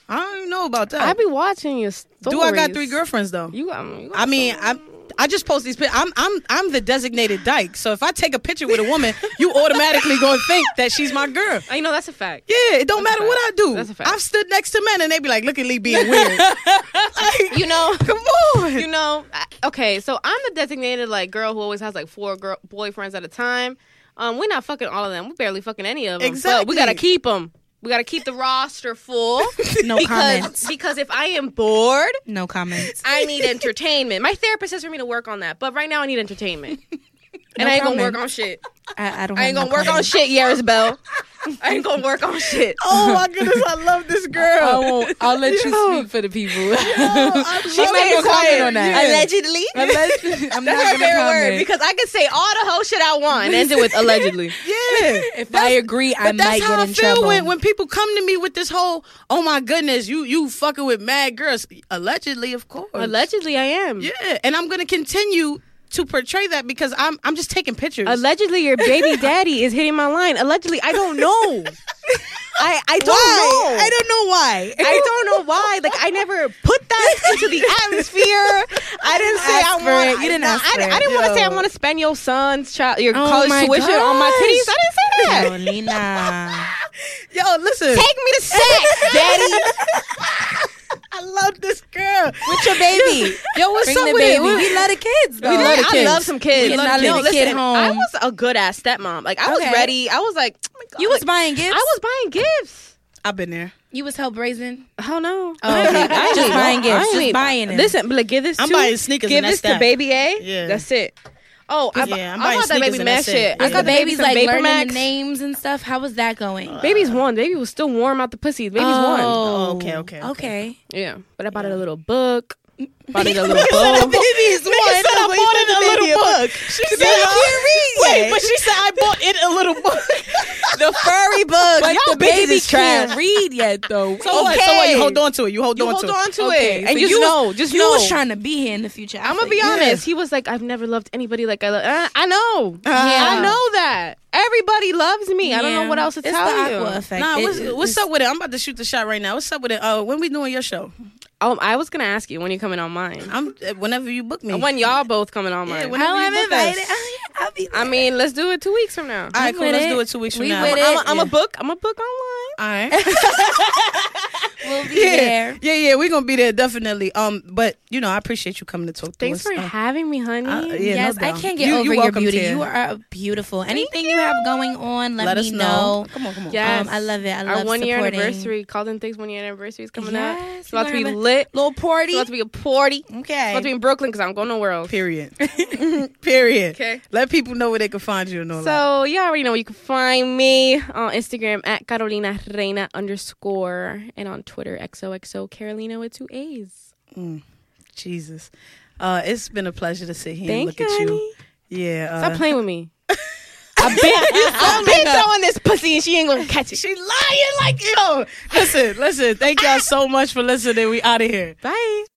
Speaker 1: I don't even know about that.
Speaker 3: I be watching your stories.
Speaker 1: do I got three girlfriends though?
Speaker 3: You got. you got
Speaker 1: I mean,
Speaker 3: some.
Speaker 1: I I just post these pictures. I'm I'm I'm the designated dyke. So if I take a picture with a woman, you automatically gonna think that she's my girl.
Speaker 3: I know that's a fact.
Speaker 1: Yeah, it don't
Speaker 3: That's a
Speaker 1: matter what I
Speaker 3: fact.
Speaker 1: do.
Speaker 3: That's a fact.
Speaker 1: I've stood next to men and they be like, "Look at Lee being weird." Like,
Speaker 3: You know.
Speaker 1: come on.
Speaker 3: You know. I- Okay, so I'm the designated like girl who always has like four girl boyfriends at a time. Um, we're not fucking all of them. We're barely fucking any of them. But
Speaker 1: Exactly.
Speaker 3: we gotta keep them. We gotta keep the roster full.
Speaker 2: No comment.
Speaker 3: because because if I am bored,
Speaker 2: No comment.
Speaker 3: I need entertainment. My therapist says for me to work on that, but right now I need entertainment. And I ain't gonna
Speaker 2: comment.
Speaker 3: work on shit.
Speaker 2: I, I don't.
Speaker 3: I
Speaker 2: have
Speaker 3: ain't
Speaker 2: no
Speaker 3: gonna work on
Speaker 2: comment.
Speaker 3: shit, Yarisabel. I ain't gonna work on shit.
Speaker 1: Oh my goodness, I love this girl.
Speaker 2: I won't. I'll let you speak for the people.
Speaker 1: I'm
Speaker 2: She's not gonna comment on that.
Speaker 3: Allegedly.
Speaker 2: Unless, I'm
Speaker 3: That's
Speaker 2: not
Speaker 3: her
Speaker 2: gonna
Speaker 3: favorite word
Speaker 2: comment.
Speaker 3: because I could say all the whole shit I want and end it with allegedly.
Speaker 1: Yeah.
Speaker 2: If I agree, I
Speaker 1: But that's
Speaker 2: might
Speaker 1: how
Speaker 2: get
Speaker 1: I
Speaker 2: in
Speaker 1: feel
Speaker 2: trouble.
Speaker 1: when when people come to me with this whole, "Oh my goodness, you you fucking with mad girls." Allegedly, of course.
Speaker 3: Allegedly, I am.
Speaker 1: Yeah, and I'm gonna continue to portray that because I'm I'm just taking pictures.
Speaker 3: Allegedly, your baby daddy is hitting my line. Allegedly, I don't know. I, I don't
Speaker 1: why?
Speaker 3: know.
Speaker 1: I don't know why.
Speaker 3: I don't know why. Like I never put that into the atmosphere. I didn't say
Speaker 2: ask
Speaker 3: I
Speaker 2: for
Speaker 3: want.
Speaker 2: it. You didn't
Speaker 3: I,
Speaker 2: ask
Speaker 3: I,
Speaker 2: for
Speaker 3: I didn't
Speaker 1: it.
Speaker 3: want to say I
Speaker 1: Yo.
Speaker 3: want to spend your son's child, your
Speaker 2: Oh
Speaker 3: college
Speaker 2: my
Speaker 3: tuition on my titties. I didn't say that.
Speaker 2: Yo, Nina.
Speaker 1: Yo, Oh, listen.
Speaker 3: Take me to sex, daddy.
Speaker 1: I love this girl.
Speaker 2: With your baby.
Speaker 3: Yo, what's
Speaker 2: Bring
Speaker 3: up
Speaker 2: the
Speaker 3: with
Speaker 2: baby.
Speaker 3: it? What-
Speaker 2: We love the kids, though.
Speaker 3: We
Speaker 1: love
Speaker 3: did.
Speaker 1: the
Speaker 3: I
Speaker 1: kids.
Speaker 3: love some
Speaker 2: We
Speaker 3: kids.
Speaker 2: did not
Speaker 3: no,
Speaker 2: leave the
Speaker 3: listen,
Speaker 2: kid
Speaker 3: I
Speaker 2: home.
Speaker 3: was a good ass stepmom. Like I was
Speaker 2: Okay.
Speaker 3: ready. I was like, oh my God.
Speaker 2: You was buying gifts?
Speaker 3: I was buying gifts.
Speaker 1: I've been there.
Speaker 2: You was help raising?
Speaker 3: Oh no!
Speaker 2: Oh, okay. Just buying gifts. Just buying them.
Speaker 3: Listen, but like, give this.
Speaker 1: I'm
Speaker 3: to,
Speaker 1: buying sneakers
Speaker 3: Give
Speaker 1: and
Speaker 3: this
Speaker 1: that's
Speaker 3: to
Speaker 1: that.
Speaker 3: baby A.
Speaker 1: Yeah.
Speaker 3: that's it. Oh, I,
Speaker 1: Yeah,
Speaker 3: yeah,
Speaker 1: I'm
Speaker 3: I
Speaker 1: buying
Speaker 3: bought that
Speaker 1: sneakers
Speaker 3: baby
Speaker 1: and
Speaker 3: mad
Speaker 1: that's it.
Speaker 3: shit. I
Speaker 1: Yeah.
Speaker 3: got
Speaker 2: The
Speaker 3: the baby
Speaker 2: baby's
Speaker 3: some
Speaker 2: like
Speaker 3: Vapor
Speaker 2: learning
Speaker 3: Max.
Speaker 2: the names and stuff. How was that going?
Speaker 3: Baby's one. Baby was still warm out the pussy. Baby's one.
Speaker 1: Oh, okay, okay, okay.
Speaker 2: Okay.
Speaker 3: Yeah, but I bought it a little book. Bought it a little
Speaker 1: The
Speaker 3: book.
Speaker 1: baby is one.
Speaker 3: said I
Speaker 1: Wait, you
Speaker 3: bought
Speaker 1: said
Speaker 3: it a
Speaker 1: the baby
Speaker 3: little book.
Speaker 1: She
Speaker 3: The
Speaker 1: said,
Speaker 3: baby can't
Speaker 1: I
Speaker 3: read
Speaker 1: Wait,
Speaker 3: yet.
Speaker 1: but she said I bought it a little book.
Speaker 3: the furry book.
Speaker 2: But
Speaker 3: Y'all
Speaker 2: the baby
Speaker 3: is trash.
Speaker 2: can't read yet, though.
Speaker 1: So what? So what?
Speaker 3: Okay.
Speaker 1: You hold on to it. You hold
Speaker 3: You
Speaker 1: on
Speaker 3: hold
Speaker 1: to it.
Speaker 3: on to
Speaker 2: Okay,
Speaker 3: it,
Speaker 2: so
Speaker 3: and just
Speaker 2: you was-
Speaker 3: know, just
Speaker 2: you
Speaker 3: know.
Speaker 2: was trying to be here in the future. I
Speaker 3: I'm
Speaker 2: feel
Speaker 3: gonna be
Speaker 2: you.
Speaker 3: honest. He was like, I've never loved anybody like I love. Uh, I know.
Speaker 1: Yeah.
Speaker 3: I know that everybody loves me. I don't
Speaker 2: Yeah.
Speaker 3: know what else to
Speaker 2: It's
Speaker 3: tell
Speaker 2: the
Speaker 3: you.
Speaker 2: aqua effect.
Speaker 1: Nah,
Speaker 2: It-
Speaker 1: what's,
Speaker 2: it-
Speaker 1: what's
Speaker 2: it's-
Speaker 1: up with it? I'm about to shoot the shot right now. What's up with it? Uh, when we doing your show?
Speaker 3: Um, I was gonna ask you when you're coming on mine.
Speaker 1: I'm uh, whenever you book me.
Speaker 3: When y'all both coming on
Speaker 1: Yeah,
Speaker 3: mine.
Speaker 1: when-
Speaker 2: Oh, I'm
Speaker 1: Whenever you book
Speaker 2: invited.
Speaker 1: us.
Speaker 2: Oh, yeah, I'll be there.
Speaker 3: I mean, let's do it two weeks from now.
Speaker 1: All right,
Speaker 2: We
Speaker 1: cool.
Speaker 2: with
Speaker 1: Let's
Speaker 2: it.
Speaker 1: do it two weeks from
Speaker 2: We
Speaker 1: now.
Speaker 2: with it.
Speaker 3: I'm a, I'm
Speaker 2: Yeah.
Speaker 3: a book. I'm a book online.
Speaker 1: All right.
Speaker 2: We'll be
Speaker 1: yeah.
Speaker 2: there.
Speaker 1: Yeah, yeah. We're gonna be there definitely. Um, but you know, I appreciate you coming to talk. to
Speaker 3: Thanks
Speaker 1: us.
Speaker 3: for
Speaker 1: Uh,
Speaker 3: having me, honey.
Speaker 1: uh, yeah, no
Speaker 2: yes, I
Speaker 1: doubt.
Speaker 2: can't get
Speaker 1: You-
Speaker 2: over
Speaker 1: you're
Speaker 2: your
Speaker 1: welcome,
Speaker 2: beauty.
Speaker 1: Tia.
Speaker 2: You are beautiful. Anything you have going on, let,
Speaker 1: Let
Speaker 2: me
Speaker 1: us know. Come on, come on.
Speaker 3: Yes.
Speaker 2: Um, I love it. I
Speaker 3: Our
Speaker 2: love
Speaker 3: one year
Speaker 2: supporting.
Speaker 3: anniversary, Calden Things one year anniversary is coming up.
Speaker 2: Yes,
Speaker 3: It's about to
Speaker 2: we're
Speaker 3: be
Speaker 2: gonna-
Speaker 3: lit.
Speaker 2: Little
Speaker 3: It's
Speaker 2: party.
Speaker 3: about to be a party. It's
Speaker 2: Okay.
Speaker 3: about to be in Brooklyn because I'm going nowhere else.
Speaker 1: Period. Period.
Speaker 3: Okay.
Speaker 1: Let people know where they can find you and all that.
Speaker 3: So you already know you can find me on Instagram at Carolina Reina underscore and on Twitter XOXO Carolina with two A's.
Speaker 1: Jesus. Uh, it's been a pleasure to sit here and look
Speaker 3: Thank you,
Speaker 1: at
Speaker 3: honey.
Speaker 1: you. Yeah.
Speaker 3: Stop
Speaker 1: uh,
Speaker 3: playing with me. I've been, I've been throwing this pussy and she ain't gonna catch it.
Speaker 1: She lying like yo. Listen, listen. Thank y'all so much for listening. We out of here.
Speaker 3: Bye.